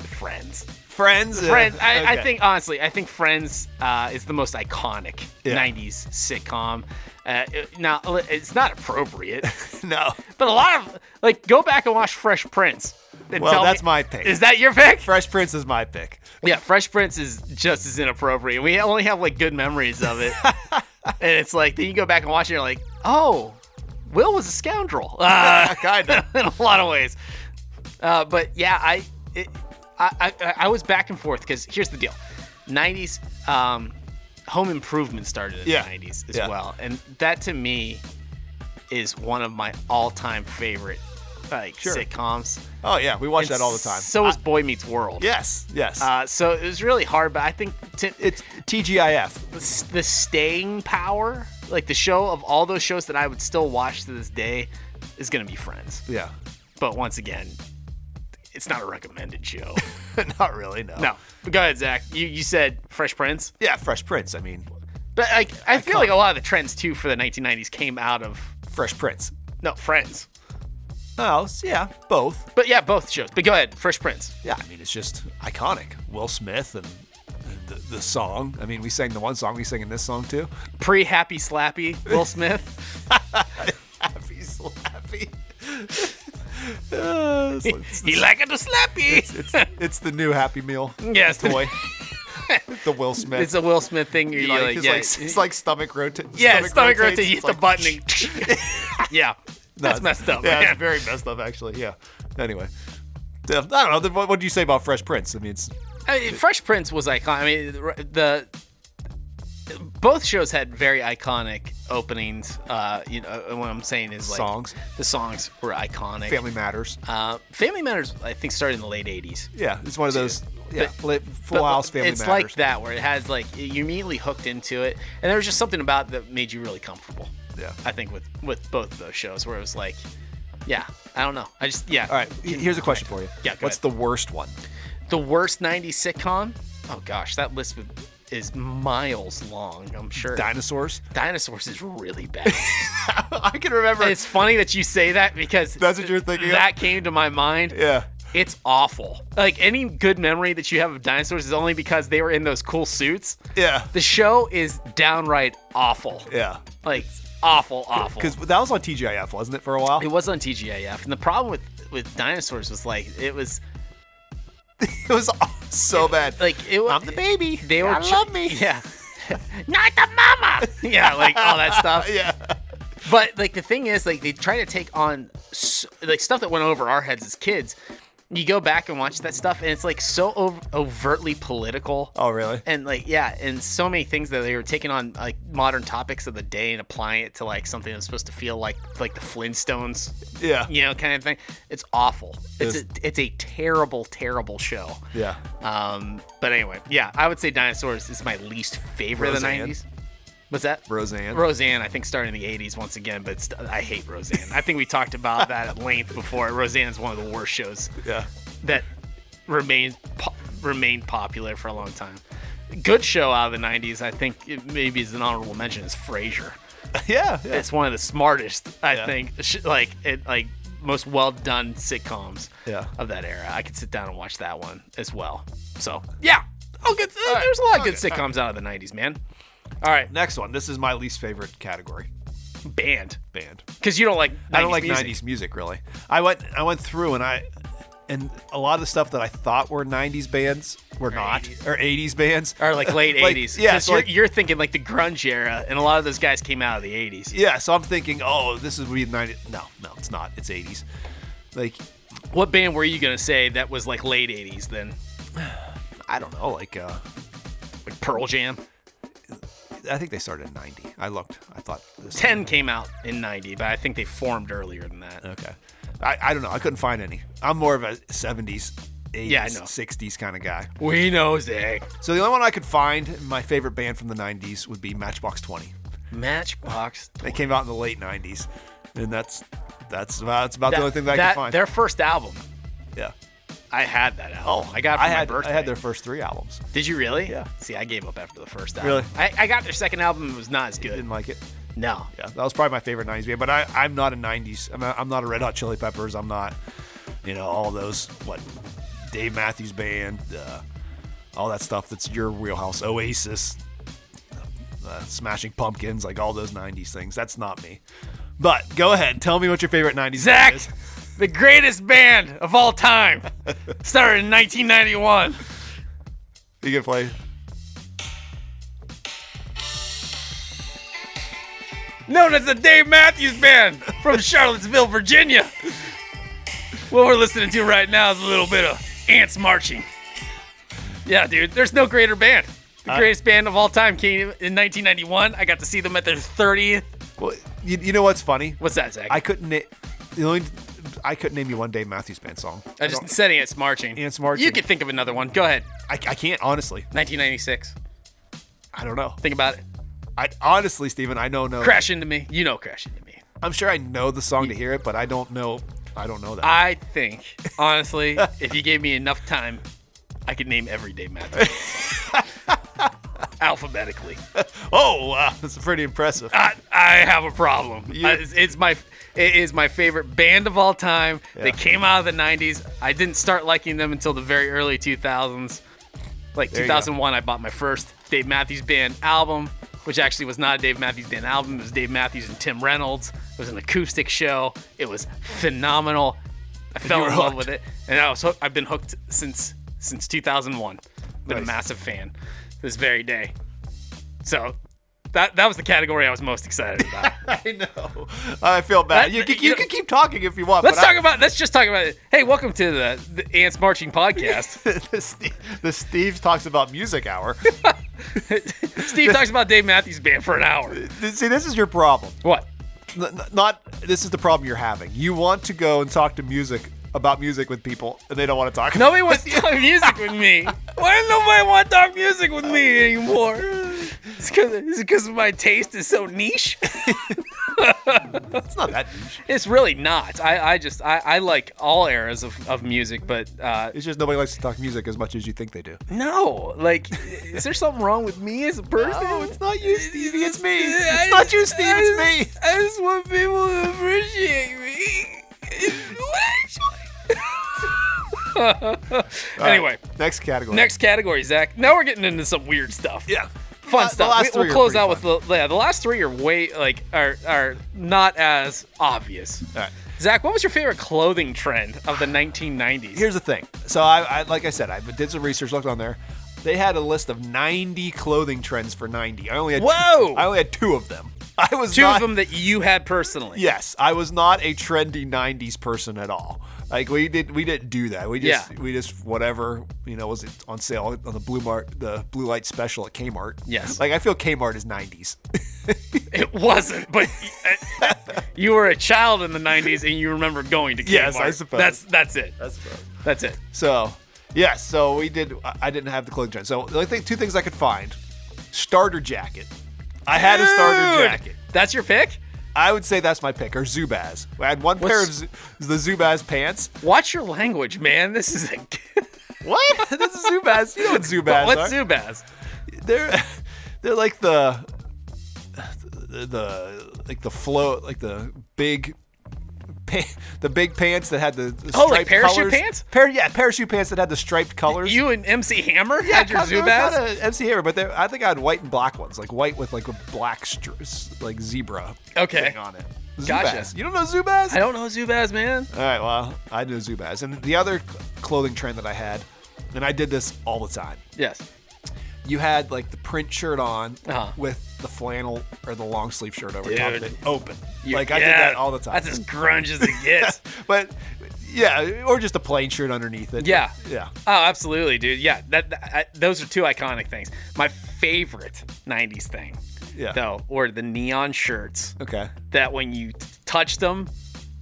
Speaker 3: friends
Speaker 1: Friends. uh,
Speaker 3: Friends. I, I
Speaker 1: okay.
Speaker 3: think honestly, I think Friends uh, is the most iconic
Speaker 1: Yeah.
Speaker 3: '90s sitcom. Uh, it- now li- it's not appropriate,
Speaker 1: No.
Speaker 3: but a lot of like go back and watch Fresh Prince. and
Speaker 1: Well,
Speaker 3: tell
Speaker 1: that's
Speaker 3: me-
Speaker 1: my pick.
Speaker 3: Is that your pick?
Speaker 1: Fresh Prince is my pick.
Speaker 3: Yeah, Fresh Prince is just as inappropriate. We only have like good memories of it, and it's like then you go back and watch it, and you're like, oh, Will was a scoundrel. Uh,
Speaker 1: Kinda.
Speaker 3: in a lot of ways. Uh, but yeah, I, it, I, I I was back and forth because here's the deal: '90s um, Home Improvement started in
Speaker 1: Yeah.
Speaker 3: the '90s as
Speaker 1: Yeah.
Speaker 3: well, and that to me is one of my all-time favorite like
Speaker 1: Sure.
Speaker 3: sitcoms.
Speaker 1: Oh yeah, we watch that all the time.
Speaker 3: So is Boy Meets World.
Speaker 1: yes, yes.
Speaker 3: Uh, so it was really hard, but I think to,
Speaker 1: it's TGIF.
Speaker 3: s- the staying power, like the show of all those shows that I would still watch to this day, is gonna be Friends.
Speaker 1: Yeah.
Speaker 3: But once again, it's not a recommended show.
Speaker 1: Not really. No.
Speaker 3: no. But go ahead, Zach. You you said Fresh Prince.
Speaker 1: Yeah, Fresh Prince. I mean,
Speaker 3: But like I feel like a lot of the trends too for the 1990s came out of
Speaker 1: Fresh Prince.
Speaker 3: no Friends.
Speaker 1: Oh s- yeah, both.
Speaker 3: But yeah, both shows. But go ahead, Fresh Prince.
Speaker 1: Yeah, I mean it's just iconic. Will Smith and the, the song. I mean, we sang the one song. We sang in this song too.
Speaker 3: Pre Happy Slappy Will Smith.
Speaker 1: Happy slappy. Uh, it's, it's,
Speaker 3: he like it to slappy.
Speaker 1: it's, it's the new Happy Meal
Speaker 3: Yes.
Speaker 1: toy. the Will Smith.
Speaker 3: It's a Will Smith thing. You're
Speaker 1: You know,
Speaker 3: like,
Speaker 1: his,
Speaker 3: yeah,
Speaker 1: like, his, like stomach rotate.
Speaker 3: yeah, stomach rotates. You hit
Speaker 1: It's
Speaker 3: the
Speaker 1: like-
Speaker 3: button and yeah, that's
Speaker 1: No, it's-
Speaker 3: messed up.
Speaker 1: Yeah,
Speaker 3: man.
Speaker 1: it's very messed up actually. Yeah. Anyway, I don't know. then What what do you say about Fresh Prince? I mean, it's
Speaker 3: I mean, Fresh Prince was iconic. I mean, the both shows had very iconic openings. Uh, you know, and what I'm saying is like
Speaker 1: Songs.
Speaker 3: The songs were iconic.
Speaker 1: Family Matters.
Speaker 3: uh, Family Matters, I think, started in the late '80s.
Speaker 1: Yeah, it's one of those. Yeah, li- Full
Speaker 3: But
Speaker 1: House Family
Speaker 3: It's
Speaker 1: Matters.
Speaker 3: like that where it has like you immediately hooked into it, and there was just something about it that made you really comfortable.
Speaker 1: Yeah.
Speaker 3: I think with with both of those shows where it was like, yeah, I don't know, I just yeah.
Speaker 1: All right, he- here's a question for you.
Speaker 3: Yeah, go
Speaker 1: What's
Speaker 3: ahead.
Speaker 1: the worst one?
Speaker 3: The worst '90s sitcom. Oh gosh, that list would- is miles long. I'm sure.
Speaker 1: Dinosaurs?
Speaker 3: Dinosaurs is really bad.
Speaker 1: I can remember.
Speaker 3: it's funny that you say that because
Speaker 1: That's what you're thinking of?
Speaker 3: That came to my mind.
Speaker 1: yeah.
Speaker 3: It's awful. Like any good memory that you have of dinosaurs is only because they were in those cool suits.
Speaker 1: Yeah.
Speaker 3: The show is downright awful.
Speaker 1: Yeah.
Speaker 3: Like awful, awful.
Speaker 1: Because that was on TGIF, wasn't it, for a while?
Speaker 3: It was on TGIF, and the problem with with dinosaurs was like it was
Speaker 1: It was so bad.
Speaker 3: like it was.
Speaker 1: I'm the baby.
Speaker 3: They were
Speaker 1: Gotta
Speaker 3: tr-
Speaker 1: love me.
Speaker 3: Yeah. Not the mama. Yeah, like all that stuff.
Speaker 1: Yeah.
Speaker 3: But like the thing is, like they try to take on s like stuff that went over our heads as kids. You go back and watch that stuff, and it's like so ov- overtly political.
Speaker 1: Oh, really?
Speaker 3: And like yeah, and so many things that they were taking on like modern topics of the day and applying it to like something that's supposed to feel like like the Flintstones,
Speaker 1: Yeah.
Speaker 3: you know, kind of thing. It's awful. It's
Speaker 1: Yes.
Speaker 3: a, it's a terrible, terrible show.
Speaker 1: Yeah.
Speaker 3: Um, but anyway, yeah, I would say Dinosaurs is my least favorite
Speaker 1: Roseanne.
Speaker 3: of the 90s. What's that?
Speaker 1: Roseanne.
Speaker 3: Roseanne, I think, started in the 80s once again, but st- I hate Roseanne. I think we talked about that at length before. Roseanne's one of the worst shows
Speaker 1: yeah.
Speaker 3: that remained, po- remained popular for a long time. Good show out of the 90s, I think, it maybe is an honorable mention, is Frasier.
Speaker 1: Yeah. yeah.
Speaker 3: It's one of the smartest, I
Speaker 1: Yeah.
Speaker 3: think, sh- like, it, like most well done sitcoms
Speaker 1: Yeah.
Speaker 3: of that era. I could sit down and watch that one as well. So, yeah. Oh, good. uh, There's a lot of good sitcoms out of the 90s, man. All right.
Speaker 1: Next one. This is my least favorite category.
Speaker 3: Band.
Speaker 1: Band.
Speaker 3: Because you don't like 90s
Speaker 1: I don't like
Speaker 3: music.
Speaker 1: '90s music really. I went I went through and I and a lot of the stuff that I thought were '90s bands were not
Speaker 3: 80s.
Speaker 1: or '80s bands.
Speaker 3: Or like late
Speaker 1: Like,
Speaker 3: 80s.
Speaker 1: yeah,
Speaker 3: 'Cause
Speaker 1: so
Speaker 3: you're,
Speaker 1: like-
Speaker 3: you're thinking like the grunge era, and a lot of those guys came out of the 80s.
Speaker 1: Yeah, so I'm thinking, oh, this is be '90s. No, no, it's not. It's '80s. Like
Speaker 3: What band were you going to say that was like late 80s then?
Speaker 1: I don't know. Like uh,
Speaker 3: Like Pearl Jam?
Speaker 1: I think they started in '90. I looked. I thought this
Speaker 3: 10 came out in 90, but I think they formed earlier than that.
Speaker 1: Okay. I, I don't know. I couldn't find any. I'm more of a '70s, '80s,
Speaker 3: Yeah, I know.
Speaker 1: '60s kind of guy.
Speaker 3: We know Zach.
Speaker 1: So the only one I could find, my favorite band from the '90s, would be Matchbox Twenty.
Speaker 3: Matchbox.
Speaker 1: They came out in the late '90s, and that's that's about that's about the only thing that, I could find.
Speaker 3: Their first album.
Speaker 1: Yeah.
Speaker 3: I had that album. I got it for
Speaker 1: Oh, I
Speaker 3: my
Speaker 1: had
Speaker 3: birthday.
Speaker 1: I had their first three albums.
Speaker 3: Did you really?
Speaker 1: Yeah.
Speaker 3: See, I gave up after the first album.
Speaker 1: Really?
Speaker 3: I, I got their second album. It was not as good.
Speaker 1: Didn't like it.
Speaker 3: No.
Speaker 1: Yeah, that was probably my favorite '90s band. But I I'm not a '90s. I'm not, I'm not a Red Hot Chili Peppers. I'm not, you know, all those what Dave Matthews Band, uh, all that stuff that's your wheelhouse. Oasis, uh, Smashing Pumpkins, like all those '90s things. That's not me. But go ahead, tell me what your favorite '90s
Speaker 3: Zach,
Speaker 1: band is.
Speaker 3: the greatest band of all time, started in 1991.
Speaker 1: You can play.
Speaker 3: Known as the Dave Matthews Band from Charlottesville, Virginia. What we're listening to right now is a little bit of ants marching. Yeah, dude, there's no greater band. The
Speaker 1: Uh,
Speaker 3: greatest band of all time came in 1991. I got to see them at their 30th.
Speaker 1: Well, you, you know what's funny?
Speaker 3: What's that, Zach?
Speaker 1: I couldn't. Na- the only I couldn't name you one Dave Matthews Band song.
Speaker 3: I just said ants marching.
Speaker 1: Ants marching.
Speaker 3: You could think of another one. Go ahead.
Speaker 1: I, I can't honestly.
Speaker 3: 1996.
Speaker 1: I don't know.
Speaker 3: Think about it.
Speaker 1: I honestly, Steven, I don't know.
Speaker 3: Crash into me. You know, crash into me.
Speaker 1: I'm sure I know the song to hear it, but I don't know. I don't know that.
Speaker 3: I think, honestly, if you gave me enough time, I could name every day Matthews alphabetically.
Speaker 1: oh, wow, that's pretty impressive.
Speaker 3: I, I have a problem. I- it's, it's my it is my favorite band of all time. They
Speaker 1: Yeah.
Speaker 3: came out of the '90s. I didn't start liking them until the very early 2000s. Like
Speaker 1: you go.
Speaker 3: 2001, I bought my first Dave Matthews Band album, which actually was not a Dave Matthews Band album. It was Dave Matthews and Tim Reynolds. It was an acoustic show. It was phenomenal. I fell
Speaker 1: were
Speaker 3: in love
Speaker 1: hooked.
Speaker 3: with it, and I was hooked. I've been hooked since since 2001. Been a
Speaker 1: Nice.
Speaker 3: massive fan to this very day. So That that was the category I was most excited about.
Speaker 1: I know. I feel bad.
Speaker 3: That-
Speaker 1: you, can-
Speaker 3: you
Speaker 1: you
Speaker 3: know-
Speaker 1: can keep talking if you want.
Speaker 3: let's
Speaker 1: but
Speaker 3: talk about. Let's just talk about. it. Hey, welcome to the, the Ants Marching Podcast.
Speaker 1: I, the, Steve, the Steve talks about music hour.
Speaker 3: Steve talks about Dave Matthews Band for an hour.
Speaker 1: See, this is your problem.
Speaker 3: What?
Speaker 1: N- n- not this is the problem you're having. You want to go and talk to music about music with people, and they don't want to talk.
Speaker 3: Nobody wants to talk music with me. Why does nobody want to talk music with me anymore? It's because my taste is so niche.
Speaker 1: It's not that niche.
Speaker 3: It's really not. I, I just I, I like all eras of, of music, but uh,
Speaker 1: It's just nobody likes to talk music as much as you think they do.
Speaker 3: no. Like, is there something wrong with me as a person?
Speaker 1: No, it's not you, Stevie, it's me.
Speaker 3: I
Speaker 1: It's not you,
Speaker 3: just-
Speaker 1: Steve,
Speaker 3: I
Speaker 1: it's
Speaker 3: just-
Speaker 1: me.
Speaker 3: I just want people to appreciate me. It's what I- anyway,
Speaker 1: Next category.
Speaker 3: next category, Zach. Now we're getting into some weird stuff.
Speaker 1: Yeah.
Speaker 3: fun
Speaker 1: Uh, the
Speaker 3: stuff.
Speaker 1: last
Speaker 3: we,
Speaker 1: three
Speaker 3: will
Speaker 1: are
Speaker 3: close
Speaker 1: pretty
Speaker 3: out with the yeah. The last three are way like are are not as obvious.
Speaker 1: All right.
Speaker 3: Zach, what was your favorite clothing trend of the 1990s?
Speaker 1: Here's the thing. So I, I like I said, I did some research, looked on there. They had a list of 90 clothing trends for 90. I only had
Speaker 3: Whoa!
Speaker 1: I only had two of them. I was
Speaker 3: Two
Speaker 1: not,
Speaker 3: of them that you had personally.
Speaker 1: Yes, I was not a trendy '90s person at all. Like we did, we didn't do that. We just,
Speaker 3: Yeah.
Speaker 1: we just whatever you know was it on sale on the blue mart, the blue light special at Kmart.
Speaker 3: Yes.
Speaker 1: like I feel Kmart is '90s.
Speaker 3: It wasn't, but uh, you were a child in the 90s and you remember going to Kmart.
Speaker 1: Yes, I suppose.
Speaker 3: That's that's it.
Speaker 1: That's right.
Speaker 3: That's it.
Speaker 1: So, yes, so we did. I I didn't have the clothing trend. So the only thing, two things I could find: starter jacket. I had a starter
Speaker 3: Dude,
Speaker 1: jacket.
Speaker 3: That's your pick?
Speaker 1: I would say that's my pick, or Zubaz. I had one pair of
Speaker 3: What's-
Speaker 1: Z- the Zubaz pants.
Speaker 3: Watch your language, man. This is a
Speaker 1: What? this is Zubaz. You know what Zubaz are.
Speaker 3: What's Zubaz?
Speaker 1: they're they're like the the, the like the float like the big pa- the big pants that had the, the
Speaker 3: Oh, like
Speaker 1: striped
Speaker 3: parachute
Speaker 1: colors.
Speaker 3: pants?
Speaker 1: Par- yeah, parachute pants that had the striped colors.
Speaker 3: You and MC Hammer
Speaker 1: yeah,
Speaker 3: had your Zubaz?
Speaker 1: Kinda MC Hammer, but they're- I think I had white and black ones, like white with like a black str- like zebra
Speaker 3: Okay.
Speaker 1: thing on it. Zubaz.
Speaker 3: Gotcha.
Speaker 1: You don't know Zubaz?
Speaker 3: I don't know Zubaz, man.
Speaker 1: All right, well, I know Zubaz. And the other cl- clothing trend that I had, and I did this all the time.
Speaker 3: Yes.
Speaker 1: you had like the print shirt on
Speaker 3: Uh-huh.
Speaker 1: with the flannel or the long sleeve shirt over top of
Speaker 3: Dude.
Speaker 1: it open.
Speaker 3: You-
Speaker 1: like I did
Speaker 3: yeah,
Speaker 1: that all the time.
Speaker 3: That's as grunge as it gets.
Speaker 1: but yeah, or just a plain shirt underneath it.
Speaker 3: Yeah.
Speaker 1: Yeah.
Speaker 3: oh, absolutely, dude. Yeah, that, that I, those are two iconic things. My favorite '90s thing,
Speaker 1: Yeah.
Speaker 3: though, were the neon shirts
Speaker 1: Okay.
Speaker 3: that when you t- touched them,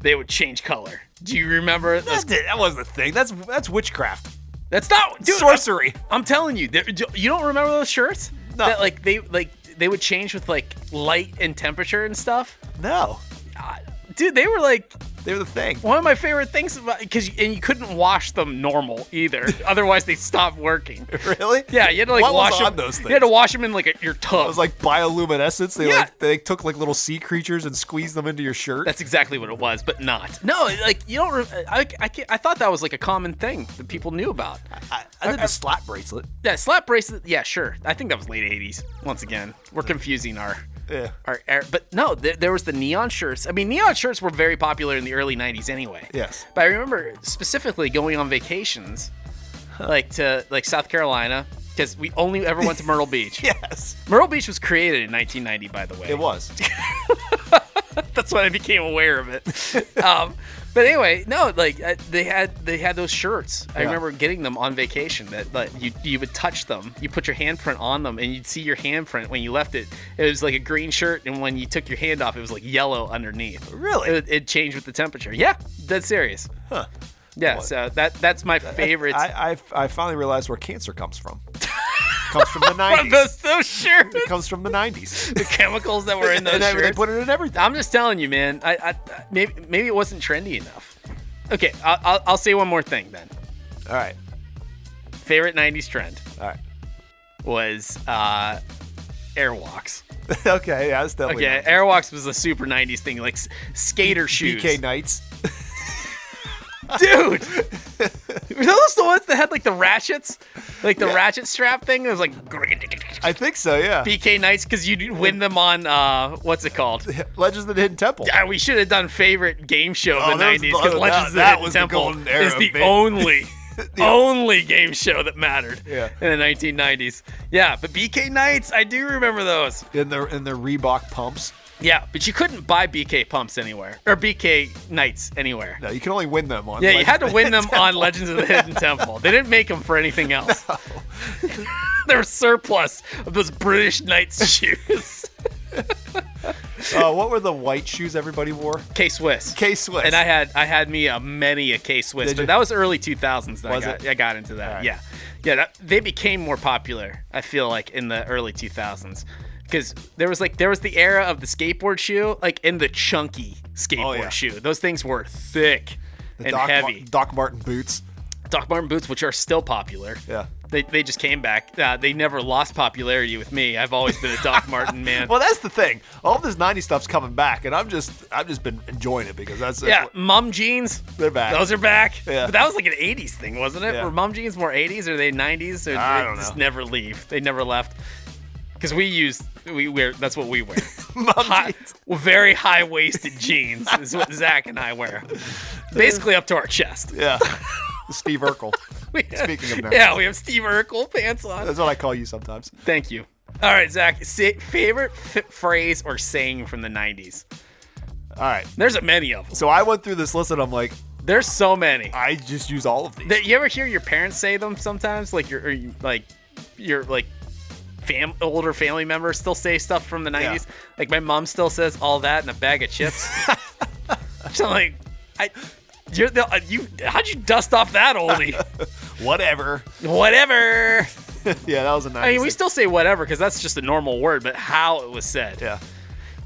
Speaker 3: they would change color. Do you remember? Those?
Speaker 1: That's it. That wasn't a thing. That's that's witchcraft.
Speaker 3: That's not dude.
Speaker 1: Sorcery.
Speaker 3: I'm telling you, there- do- you don't remember those shirts?
Speaker 1: No.
Speaker 3: That like they like they would change with like light and temperature and stuff.
Speaker 1: No.
Speaker 3: Ah, Dude, they were like
Speaker 1: They were the thing.
Speaker 3: one of my favorite things about because and you couldn't wash them normal either. Otherwise, they stopped working.
Speaker 1: Really?
Speaker 3: Yeah, you had to like
Speaker 1: What was
Speaker 3: wash
Speaker 1: on
Speaker 3: them.
Speaker 1: those
Speaker 3: You had to
Speaker 1: things?
Speaker 3: wash them in like a, your tub.
Speaker 1: It was like bioluminescence. They
Speaker 3: Yeah.
Speaker 1: like they took like little sea creatures and squeezed them into your shirt.
Speaker 3: That's exactly what it was, but not. No, like you don't. Re- I, I, can't, I thought that was like a common thing that people knew about.
Speaker 1: I, I did the slap bracelet.
Speaker 3: Yeah, slap bracelet. Yeah, sure. I think that was late '80s. Once again, we're confusing our.
Speaker 1: Yeah.
Speaker 3: Our, our- but no, there, there was the neon shirts. I mean, neon shirts were very popular in the early '90s anyway.
Speaker 1: Yes.
Speaker 3: But I remember specifically going on vacations, like to like South Carolina, because we only ever went to Myrtle Beach.
Speaker 1: Yes.
Speaker 3: Myrtle Beach was created in 1990, by the way.
Speaker 1: It was.
Speaker 3: That's when I became aware of it. um, but anyway, no, like I, they had they had those shirts. I
Speaker 1: Yeah.
Speaker 3: remember getting them on vacation. That like you you would touch them, you put your handprint on them, and you'd see your handprint when you left it. It was like a green shirt, and when you took your hand off, it was like yellow underneath.
Speaker 1: Really?
Speaker 3: It, it changed with the temperature. Yeah, that's serious.
Speaker 1: Huh.
Speaker 3: Yeah,
Speaker 1: What?
Speaker 3: so that that's my favorite.
Speaker 1: I, I, I finally realized where cancer comes from. comes from the 90s.
Speaker 3: those, those shirts,
Speaker 1: It comes from the 90s.
Speaker 3: the chemicals that were in
Speaker 1: and
Speaker 3: those
Speaker 1: they, they
Speaker 3: shirts.
Speaker 1: put it in everything.
Speaker 3: I'm just telling you, man. I, I maybe maybe it wasn't trendy enough. Okay, I'll, I'll, I'll say one more thing then.
Speaker 1: All right.
Speaker 3: Favorite '90s trend
Speaker 1: All right.
Speaker 3: was uh, airwalks.
Speaker 1: okay. Yeah, that's definitely.
Speaker 3: Okay, airwalks was a super '90s thing, like s- skater shoes.
Speaker 1: BK Knights.
Speaker 3: Dude, were those the ones that had like the ratchets, like the ratchet strap thing? It was like
Speaker 1: I think so, yeah.
Speaker 3: BK nights because you'd win them on uh, what's it called?
Speaker 1: Legends of the Hidden Temple.
Speaker 3: Yeah, Ah, we should have done favorite game show of
Speaker 1: Oh,
Speaker 3: the
Speaker 1: that was-
Speaker 3: '90s because
Speaker 1: oh,
Speaker 3: Legends
Speaker 1: that- that
Speaker 3: of the Hidden
Speaker 1: was the
Speaker 3: Temple
Speaker 1: golden era,
Speaker 3: is the
Speaker 1: baby.
Speaker 3: only only game show that mattered
Speaker 1: Yeah.
Speaker 3: in the 1990s. Yeah, but BK nights, I do remember those.
Speaker 1: in their in their Reebok pumps.
Speaker 3: Yeah, but you couldn't buy BK pumps anywhere or BK nights anywhere.
Speaker 1: No, you can only win them on.
Speaker 3: Yeah, you
Speaker 1: like-
Speaker 3: had to win them on Legends of the Hidden Temple. They didn't make them for anything else. there was surplus of those British knights shoes.
Speaker 1: Uh, what were the white shoes everybody wore?
Speaker 3: K Swiss.
Speaker 1: K Swiss.
Speaker 3: And I had I had me a many a K Swiss,
Speaker 1: Did
Speaker 3: but
Speaker 1: you?
Speaker 3: that was early 2000s that
Speaker 1: Was
Speaker 3: I got
Speaker 1: it?
Speaker 3: I got into that.
Speaker 1: Alright.
Speaker 3: Yeah, yeah. That, they became more popular. I feel like in the early 2000s because there was like there was the era of the skateboard shoe, like in the chunky skateboard
Speaker 1: Oh, yeah. shoe.
Speaker 3: shoe. Those things were thick and
Speaker 1: Doc Mar-
Speaker 3: heavy.
Speaker 1: Doc Martin boots.
Speaker 3: Doc Martin boots, which are still popular.
Speaker 1: Yeah.
Speaker 3: They, they just came back. Uh, they never lost popularity with me. I've always been a Doc Martin man.
Speaker 1: Well, that's the thing. All this '90s stuff's coming back, and I'm just I've just been enjoying it because that's that's
Speaker 3: Yeah,
Speaker 1: what-
Speaker 3: mom jeans.
Speaker 1: They're back.
Speaker 3: Those are back.
Speaker 1: Yeah.
Speaker 3: But that was like an 80s thing, wasn't it?
Speaker 1: Yeah.
Speaker 3: Were mom jeans more 80s? Or they 90s? Or
Speaker 1: I
Speaker 3: they
Speaker 1: don't
Speaker 3: just
Speaker 1: know.
Speaker 3: never leave. They never left. Because we used, we wear, that's what we wear. High- Very high waisted jeans is what Zach and I wear. Basically up to our chest.
Speaker 1: yeah. Steve Urkel.
Speaker 3: We-
Speaker 1: Speaking of nerds.
Speaker 3: Yeah, we have Steve Urkel pants on.
Speaker 1: That's what I call you sometimes.
Speaker 3: Thank you. All right, Zach. Say, favorite f- phrase or saying from the 90s?
Speaker 1: All right.
Speaker 3: There's a many of them.
Speaker 1: So I went through this list, and I'm like,
Speaker 3: There's so many.
Speaker 1: I just use all of these.
Speaker 3: That you ever hear your parents say them sometimes? Like your, or you- like your, like fam older family members still say stuff from the nineties. Like my mom still says all that and a bag of chips. so like, I, you're the, uh, you, how'd you dust off that oldie?
Speaker 1: Whatever.
Speaker 3: whatever.
Speaker 1: yeah, that was a nice.
Speaker 3: I mean, we still say whatever because that's just a normal word, but how it was said.
Speaker 1: Yeah.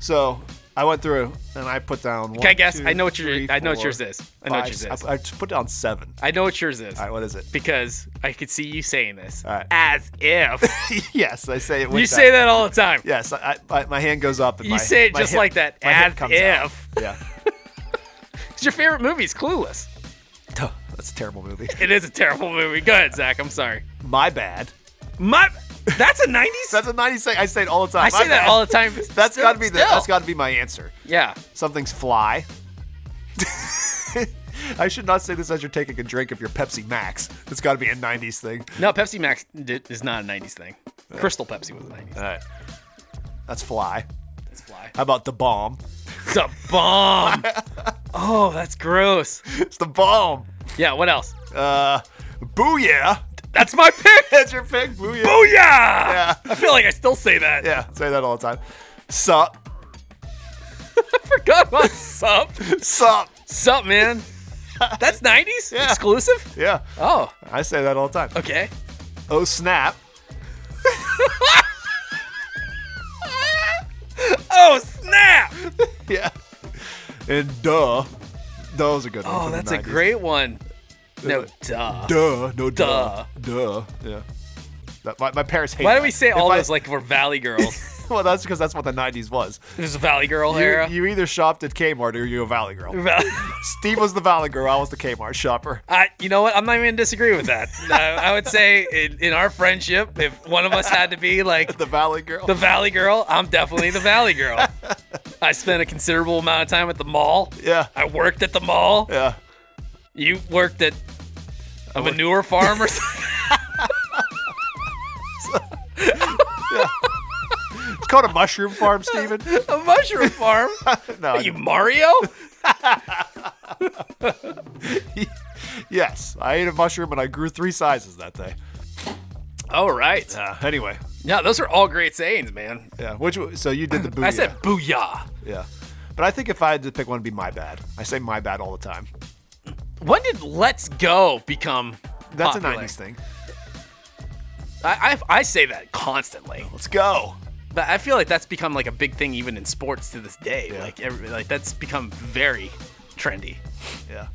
Speaker 1: So I went through and I put down. One,
Speaker 3: Can I guess?
Speaker 1: two,
Speaker 3: I know what your,
Speaker 1: three,
Speaker 3: I know what
Speaker 1: four,
Speaker 3: yours is. I know what
Speaker 1: five,
Speaker 3: yours
Speaker 1: s-
Speaker 3: is.
Speaker 1: I, I just put down seven.
Speaker 3: I know what yours is
Speaker 1: All right, what is it?
Speaker 3: because I could see you saying this
Speaker 1: All right.
Speaker 3: as if
Speaker 1: yes, I say it. With
Speaker 3: you say that all the time.
Speaker 1: Yes, I, I, my hand goes up. And
Speaker 3: You
Speaker 1: my,
Speaker 3: say it
Speaker 1: my
Speaker 3: just
Speaker 1: hip-
Speaker 3: like that,
Speaker 1: my hip
Speaker 3: as
Speaker 1: comes out.
Speaker 3: if.
Speaker 1: Yeah.
Speaker 3: 'Cause your favorite movie is Clueless.
Speaker 1: That's a terrible movie.
Speaker 3: It is a terrible movie. Go ahead, Zach. I'm sorry.
Speaker 1: My bad.
Speaker 3: My, that's a 90s.
Speaker 1: That's a 90 second. I say it all the time. My
Speaker 3: I say that
Speaker 1: bad.
Speaker 3: all the time.
Speaker 1: That's
Speaker 3: Still-
Speaker 1: gotta be the,
Speaker 3: still.
Speaker 1: that's gotta be my answer.
Speaker 3: Yeah.
Speaker 1: Something's fly. I should not say this as you're taking a drink of your Pepsi Max. It's gotta be a 90s thing.
Speaker 3: No, Pepsi Max did, is not a 90s thing. Crystal Pepsi was a 90s.
Speaker 1: All right. That's fly.
Speaker 3: That's fly.
Speaker 1: How about the bomb?
Speaker 3: It's a bomb. oh, that's gross.
Speaker 1: It's the bomb.
Speaker 3: Yeah. What else?
Speaker 1: Uh, booyah.
Speaker 3: That's my pick.
Speaker 1: That's your pick, booyah.
Speaker 3: Oh yeah. I feel like I still say that.
Speaker 1: yeah, say that all the time. Sup,
Speaker 3: I forgot about sup.
Speaker 1: sup.
Speaker 3: sup, man. That's 90s
Speaker 1: Yeah.
Speaker 3: exclusive.
Speaker 1: Yeah,
Speaker 3: Oh.
Speaker 1: I say that all the time.
Speaker 3: Okay.
Speaker 1: Oh snap.
Speaker 3: Oh snap!
Speaker 1: Yeah. And duh. Duh was a good one.
Speaker 3: Oh,
Speaker 1: from the
Speaker 3: that's a
Speaker 1: 90s.
Speaker 3: great one. No, duh.
Speaker 1: Duh. No duh.
Speaker 3: Duh.
Speaker 1: Duh. Yeah. That, my, my parents hate
Speaker 3: Why do
Speaker 1: that.
Speaker 3: we say
Speaker 1: If
Speaker 3: all
Speaker 1: I-
Speaker 3: those like we're Valley girls?
Speaker 1: Well, that's because that's what the 90s was.
Speaker 3: There's a Valley Girl
Speaker 1: You,
Speaker 3: era.
Speaker 1: you either shopped at Kmart or you a Valley Girl.
Speaker 3: Val-
Speaker 1: Steve was the Valley Girl. I was the Kmart shopper.
Speaker 3: I, you know what? I'm not even gonna disagree with that. Uh, I would say in, in our friendship, if one of us had to be like
Speaker 1: The Valley Girl.
Speaker 3: the Valley Girl, I'm definitely the Valley Girl. I spent a considerable amount of time at the mall.
Speaker 1: yeah.
Speaker 3: I worked at the mall.
Speaker 1: Yeah.
Speaker 3: You worked at a manure farm or something.
Speaker 1: It's called a mushroom farm, Steven.
Speaker 3: a mushroom farm.
Speaker 1: No. I
Speaker 3: you
Speaker 1: didn't.
Speaker 3: Mario?
Speaker 1: Yes. I ate a mushroom and I grew three sizes that day.
Speaker 3: All right.
Speaker 1: Uh, anyway.
Speaker 3: Yeah, those are all great sayings, man.
Speaker 1: Yeah. Which w- So you did the booyah.
Speaker 3: I said booyah.
Speaker 1: Yeah. But I think if I had to pick one, it'd be my bad. I say my bad all the time.
Speaker 3: When did "Let's Go" become?
Speaker 1: That's
Speaker 3: popular?
Speaker 1: a 90s thing.
Speaker 3: I, I I say that constantly,
Speaker 1: Let's go.
Speaker 3: but I feel like that's become like a big thing even in sports to this day.
Speaker 1: Yeah.
Speaker 3: Like every, like that's become very trendy.
Speaker 1: Yeah.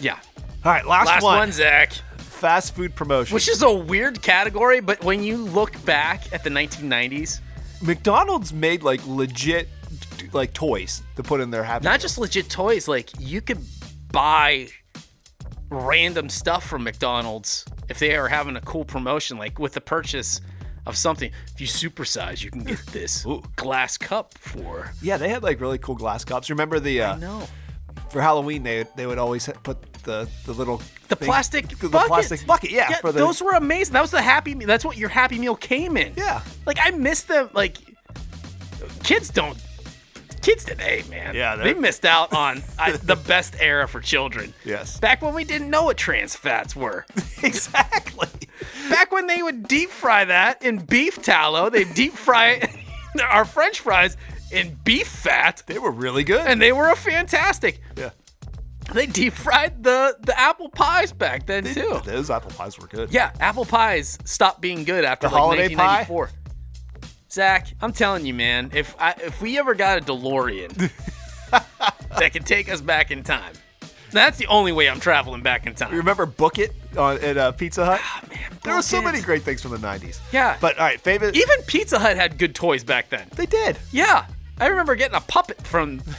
Speaker 3: Yeah.
Speaker 1: All right. Last,
Speaker 3: Last
Speaker 1: one.
Speaker 3: one, Zach.
Speaker 1: Fast food promotion.
Speaker 3: Which is a weird category, but when you look back at the 1990s,
Speaker 1: McDonald's made like legit t- like toys to put in their happy.
Speaker 3: not just legit toys, like you could buy random stuff from McDonald's if they are having a cool promotion, like with the purchase of something. If you supersize, you can get this glass cup for.
Speaker 1: yeah, they had like really cool glass cups. Remember the uh,
Speaker 3: No.
Speaker 1: for Halloween they they would always ha- put the the little
Speaker 3: The
Speaker 1: thing-
Speaker 3: plastic
Speaker 1: the,
Speaker 3: bucket.
Speaker 1: plastic bucket. Yeah, for the,
Speaker 3: those were amazing. That was the Happy Meal. That's what your Happy Meal came in.
Speaker 1: Yeah.
Speaker 3: Like I miss them. Like kids don't. Kids today, man.
Speaker 1: Yeah,
Speaker 3: they
Speaker 1: they're-
Speaker 3: missed out on I, the best era for children.
Speaker 1: Yes.
Speaker 3: Back when we didn't know what trans fats were.
Speaker 1: exactly.
Speaker 3: Back when they would deep fry that in beef tallow, they deep fry our French fries in beef fat,
Speaker 1: They were really good.
Speaker 3: and they were a fantastic.
Speaker 1: yeah,
Speaker 3: They deep fried the the apple pies back then
Speaker 1: They-
Speaker 3: too.
Speaker 1: Those apple pies were good.
Speaker 3: Yeah, apple pies stopped being good after
Speaker 1: The
Speaker 3: like
Speaker 1: holiday pie?
Speaker 3: 1994. Zach, I'm telling you, man, if I, if we ever got a DeLorean that could take us back in time, that's the only way I'm traveling back in time.
Speaker 1: Remember Book It on, at uh, Pizza Hut? there were so
Speaker 3: Ah, Book It.
Speaker 1: many great things from the 90s.
Speaker 3: Yeah.
Speaker 1: But all right, favorite.
Speaker 3: Even Pizza Hut had good toys back then.
Speaker 1: they did.
Speaker 3: Yeah, I remember getting a puppet from.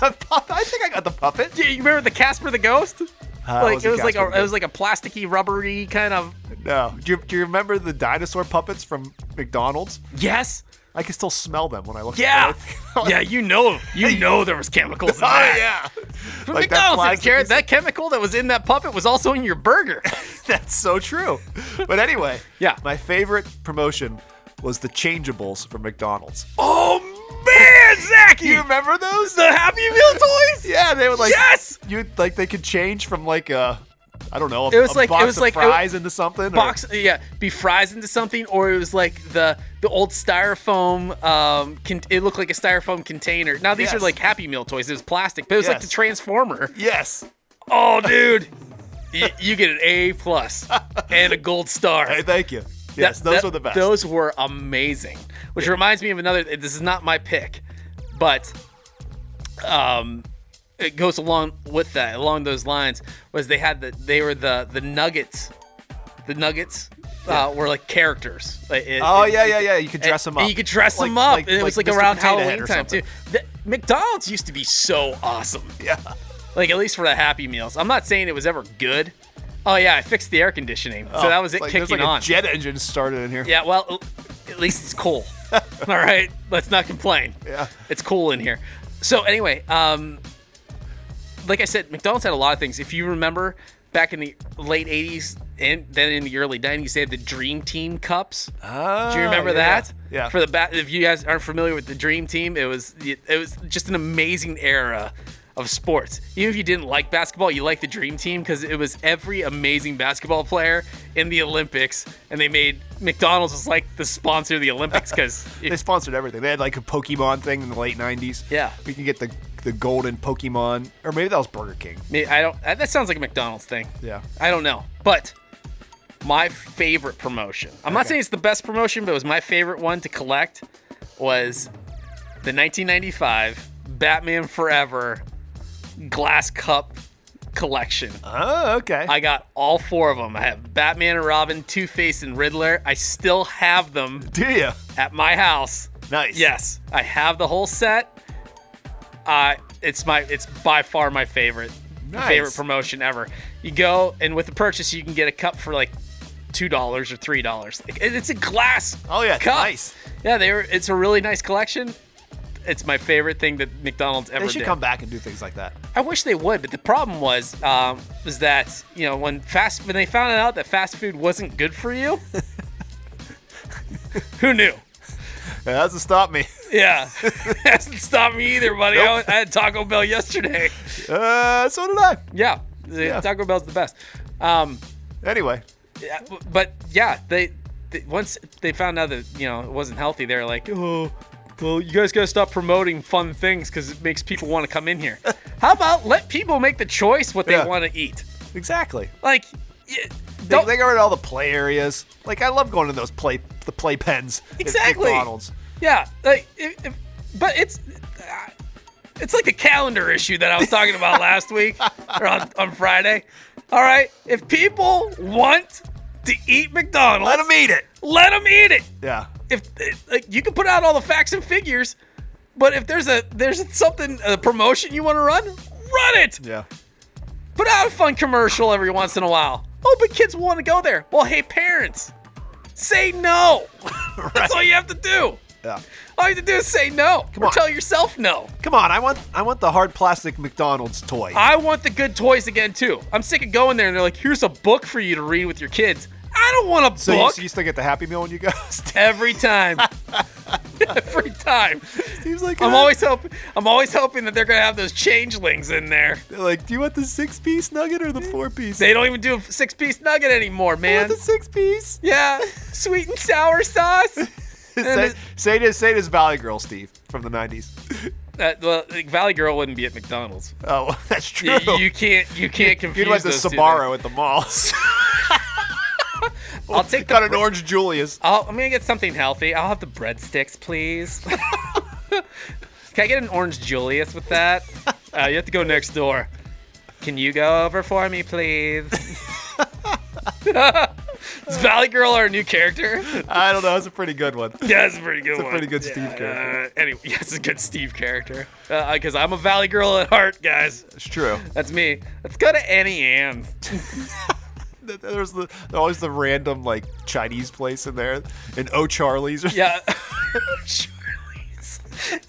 Speaker 1: I think I got the puppet.
Speaker 3: Yeah, you remember the Casper the Ghost?
Speaker 1: Uh,
Speaker 3: like it was like
Speaker 1: Casper
Speaker 3: a,
Speaker 1: the
Speaker 3: it was like a plasticky, rubbery kind of.
Speaker 1: Ghost. No. Do you, do you remember the dinosaur puppets from McDonald's?
Speaker 3: Yes.
Speaker 1: I can still smell them when I look
Speaker 3: Yeah.
Speaker 1: at
Speaker 3: yeah, you know, you know there was chemicals. In
Speaker 1: Oh,
Speaker 3: that.
Speaker 1: yeah.
Speaker 3: From
Speaker 1: Like that
Speaker 3: McDonald's, that
Speaker 1: plastic
Speaker 3: Jared,
Speaker 1: piece-
Speaker 3: that chemical that was in that puppet was also in your burger.
Speaker 1: That's so true. But anyway,
Speaker 3: Yeah.
Speaker 1: my favorite promotion was the Changeables from McDonald's.
Speaker 3: oh man, Zach,
Speaker 1: Do you remember those?
Speaker 3: the Happy Meal toys?
Speaker 1: Yeah, they would like
Speaker 3: Yes!
Speaker 1: You like they could change from like a I don't know. A,
Speaker 3: It was
Speaker 1: a
Speaker 3: like- it
Speaker 1: box
Speaker 3: was
Speaker 1: of
Speaker 3: like- it w-
Speaker 1: fries into something.
Speaker 3: Box, yeah, be fries into something, or it was like the the old styrofoam. Um, con- it looked like a styrofoam container. Now these
Speaker 1: Yes.
Speaker 3: are like Happy Meal toys. It was plastic, but it was like
Speaker 1: Yes.
Speaker 3: the Transformer.
Speaker 1: Or, yes.
Speaker 3: Oh, dude, Y- you get an A plus and a gold star.
Speaker 1: Hey, thank you. Yes,
Speaker 3: That-
Speaker 1: those
Speaker 3: that-
Speaker 1: were the best.
Speaker 3: Those were amazing. Which reminds me of another. This is not my pick, but um, it goes along with that. Along those lines was they had the they were the the nuggets. The nuggets uh, were like characters. Like, it-
Speaker 1: oh
Speaker 3: it-
Speaker 1: yeah, yeah, yeah. You could dress
Speaker 3: and-
Speaker 1: them up.
Speaker 3: and you could dress
Speaker 1: Like-
Speaker 3: them up.
Speaker 1: like-
Speaker 3: and it was like
Speaker 1: Mr.
Speaker 3: around
Speaker 1: Potato Head
Speaker 3: Halloween
Speaker 1: or
Speaker 3: time
Speaker 1: something.
Speaker 3: too. The, McDonald's used to be so awesome.
Speaker 1: Yeah.
Speaker 3: Like at least for the Happy Meals. I'm not saying it was ever good. Oh yeah, I fixed the air conditioning, so that was it
Speaker 1: Oh, like, there's,
Speaker 3: kicking
Speaker 1: like
Speaker 3: on.
Speaker 1: A jet engine started in here.
Speaker 3: Yeah, well, at least it's cool. All right, let's not complain.
Speaker 1: Yeah.
Speaker 3: It's cool in here. So anyway, um like I said, McDonald's had a lot of things. If you remember back in the late 80s and then in the early 90s, they had the Dream Team cups.
Speaker 1: Ah,
Speaker 3: Do you remember
Speaker 1: yeah.
Speaker 3: that?
Speaker 1: Yeah.
Speaker 3: For the bat, if you guys aren't familiar with the Dream Team, it was it was just an amazing era of sports. Even if you didn't like basketball, you liked the Dream Team because it was every amazing basketball player in the Olympics, and they made McDonald's was like the sponsor of the Olympics because
Speaker 1: they sponsored everything. They had like a Pokemon thing in the late '90s.
Speaker 3: Yeah.
Speaker 1: we can get the the golden Pokemon, or maybe that was Burger King.
Speaker 3: I don't. That that sounds like a McDonald's thing.
Speaker 1: Yeah.
Speaker 3: I don't know, but. My favorite promotion. I'm not
Speaker 1: Okay.
Speaker 3: saying it's the best promotion, but it was my favorite one to collect. Was the 1995 Batman Forever glass cup collection.
Speaker 1: Oh, okay.
Speaker 3: I got all four of them. I have Batman and Robin, Two Face and Riddler. I still have them
Speaker 1: Do you?
Speaker 3: at my house.
Speaker 1: Nice.
Speaker 3: Yes, I have the whole set. Uh, it's my it's by far my favorite
Speaker 1: Nice.
Speaker 3: favorite promotion ever. You go and with the purchase you can get a cup for like two dollars or three dollars. Like, it- it's a glass.
Speaker 1: Oh, yeah, it's
Speaker 3: cup.
Speaker 1: nice.
Speaker 3: Yeah, they were, it's a really nice collection. It's my favorite thing that McDonald's ever
Speaker 1: They should
Speaker 3: did.
Speaker 1: come back and do things like that.
Speaker 3: I wish they would, but the problem was um, was that you know when fast when they found out that fast food wasn't good for you. who knew?
Speaker 1: That doesn't stop me.
Speaker 3: Yeah, hasn't stopped me either, buddy. I, was- I had Taco Bell yesterday.
Speaker 1: Uh, so did I.
Speaker 3: Yeah, the-
Speaker 1: Yeah.
Speaker 3: Taco Bell's the best. Um,
Speaker 1: Anyway,
Speaker 3: yeah, w- but yeah, they, they once they found out that you know it wasn't healthy, they're like, oh, well, you guys gotta stop promoting fun things because it makes people want to come in here. How about let people make the choice what they
Speaker 1: Yeah.
Speaker 3: want to eat?
Speaker 1: exactly.
Speaker 3: Like, y-
Speaker 1: They,
Speaker 3: don't
Speaker 1: they got rid of all the play areas. Like I love going to those play the play pens. at
Speaker 3: Exactly.
Speaker 1: McDonald's.
Speaker 3: Yeah, like, if, if, but it's uh, it's like the calendar issue that I was talking about last week or on, on Friday. All right, if people want to eat McDonald's,
Speaker 1: Let them eat it.
Speaker 3: let 'em eat it.
Speaker 1: Yeah.
Speaker 3: If like you can put out all the facts and figures, but if there's a there's something a promotion you want to run, run it.
Speaker 1: Yeah.
Speaker 3: Put out a fun commercial every once in a while. Oh, but kids want to go there. Well, hey parents, say no. That's all you have to do.
Speaker 1: Yeah.
Speaker 3: All you have to do is say no. or
Speaker 1: on.
Speaker 3: tell yourself no.
Speaker 1: Come on, I want I want the hard plastic McDonald's toy.
Speaker 3: I want the good toys again too. I'm sick of going there and they're like, here's a book for you to read with your kids. I don't want a
Speaker 1: so you,
Speaker 3: book
Speaker 1: so you still get the Happy Meal when you go.
Speaker 3: every time. every time.
Speaker 1: Steve's like,
Speaker 3: I'm
Speaker 1: "Uh,
Speaker 3: always hoping I'm always hoping that they're gonna have those changelings in there.
Speaker 1: they're like, do you want the six piece nugget or the four piece?
Speaker 3: They don't even do a six piece nugget anymore, man.
Speaker 1: want the six piece.
Speaker 3: Yeah. Sweet and sour sauce. Uh,
Speaker 1: Say,
Speaker 3: it-
Speaker 1: say it is say it is Valley Girl Steve from the '90s.
Speaker 3: That well, like, Valley Girl wouldn't be at McDonald's.
Speaker 1: Oh, that's true.
Speaker 3: You, you can't you can't confuse
Speaker 1: You'd like the
Speaker 3: those two
Speaker 1: Sbarro at the mall.
Speaker 3: things. I'll take the
Speaker 1: Got an orange Julius.
Speaker 3: I'll, I'm gonna get something healthy. I'll have the breadsticks, please. Can I get an orange Julius with that? Uh, you have to go next door. Can you go over for me, please? Is Valley Girl our new character?
Speaker 1: I don't know. That's a pretty good one.
Speaker 3: Yeah, that's a pretty good
Speaker 1: It's a
Speaker 3: one.
Speaker 1: pretty good Steve character.
Speaker 3: Uh, anyway, yeah, it's a good Steve character. Because I'm a Valley Girl at heart, guys.
Speaker 1: It's true.
Speaker 3: That's me. Let's go to Annie Ann's.
Speaker 1: Th- There's the there's always the random like Chinese place in there, and Oh Charlie's. Or
Speaker 3: Yeah. Charlie's.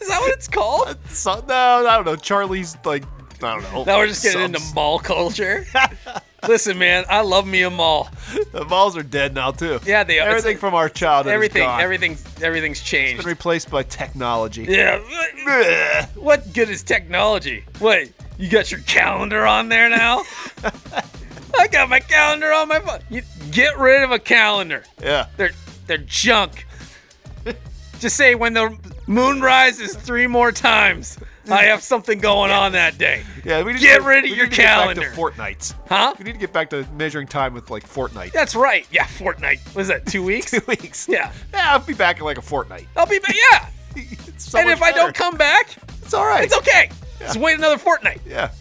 Speaker 3: Is that what it's called?
Speaker 1: some- no, I don't know. Charlie's like I don't know.
Speaker 3: Now we're just getting
Speaker 1: subs.
Speaker 3: into mall culture. Listen, man, I love me a mall.
Speaker 1: the malls are dead now too.
Speaker 3: Yeah, they are. It's-
Speaker 1: Everything from our childhood.
Speaker 3: Everything,
Speaker 1: is gone.
Speaker 3: everything's, everything's
Speaker 1: Been
Speaker 3: changed.
Speaker 1: replaced by technology.
Speaker 3: Yeah. What good is technology? Wait, you got your calendar on there now? I got my calendar on my phone. You, get rid of a calendar.
Speaker 1: Yeah.
Speaker 3: They're they're junk. Just say when the moon rises three more times, I have something going on that day.
Speaker 1: Yeah, we need
Speaker 3: Get
Speaker 1: to,
Speaker 3: rid of
Speaker 1: we
Speaker 3: your
Speaker 1: need to get back to
Speaker 3: calendar.
Speaker 1: Fortnites.
Speaker 3: Huh?
Speaker 1: We need to get back to measuring time with like Fortnite.
Speaker 3: That's right. Yeah, Fortnite. Was that two weeks?
Speaker 1: Two weeks.
Speaker 3: Yeah.
Speaker 1: Yeah, I'll be back in like a fortnight.
Speaker 3: I'll be back. Yeah.
Speaker 1: It's so
Speaker 3: and
Speaker 1: much
Speaker 3: if I don't
Speaker 1: better.
Speaker 3: come back,
Speaker 1: it's all right.
Speaker 3: it's okay. Just wait another fortnight.
Speaker 1: Yeah,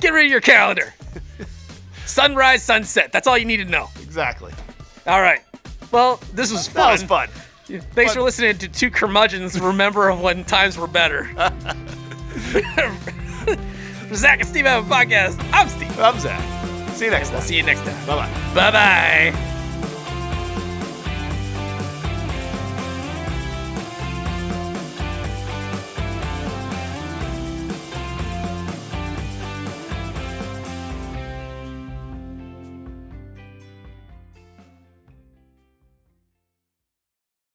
Speaker 3: Get rid of your calendar. Sunrise, sunset. That's all you need to know.
Speaker 1: exactly.
Speaker 3: All right. Well, this was
Speaker 1: That
Speaker 3: fun.
Speaker 1: was fun.
Speaker 3: Thanks for listening to two curmudgeons remember when times were better. for Zach and Steve have a podcast. I'm Steve.
Speaker 1: I'm Zach. See you next time.
Speaker 3: See you next time.
Speaker 1: Bye bye.
Speaker 3: Bye bye.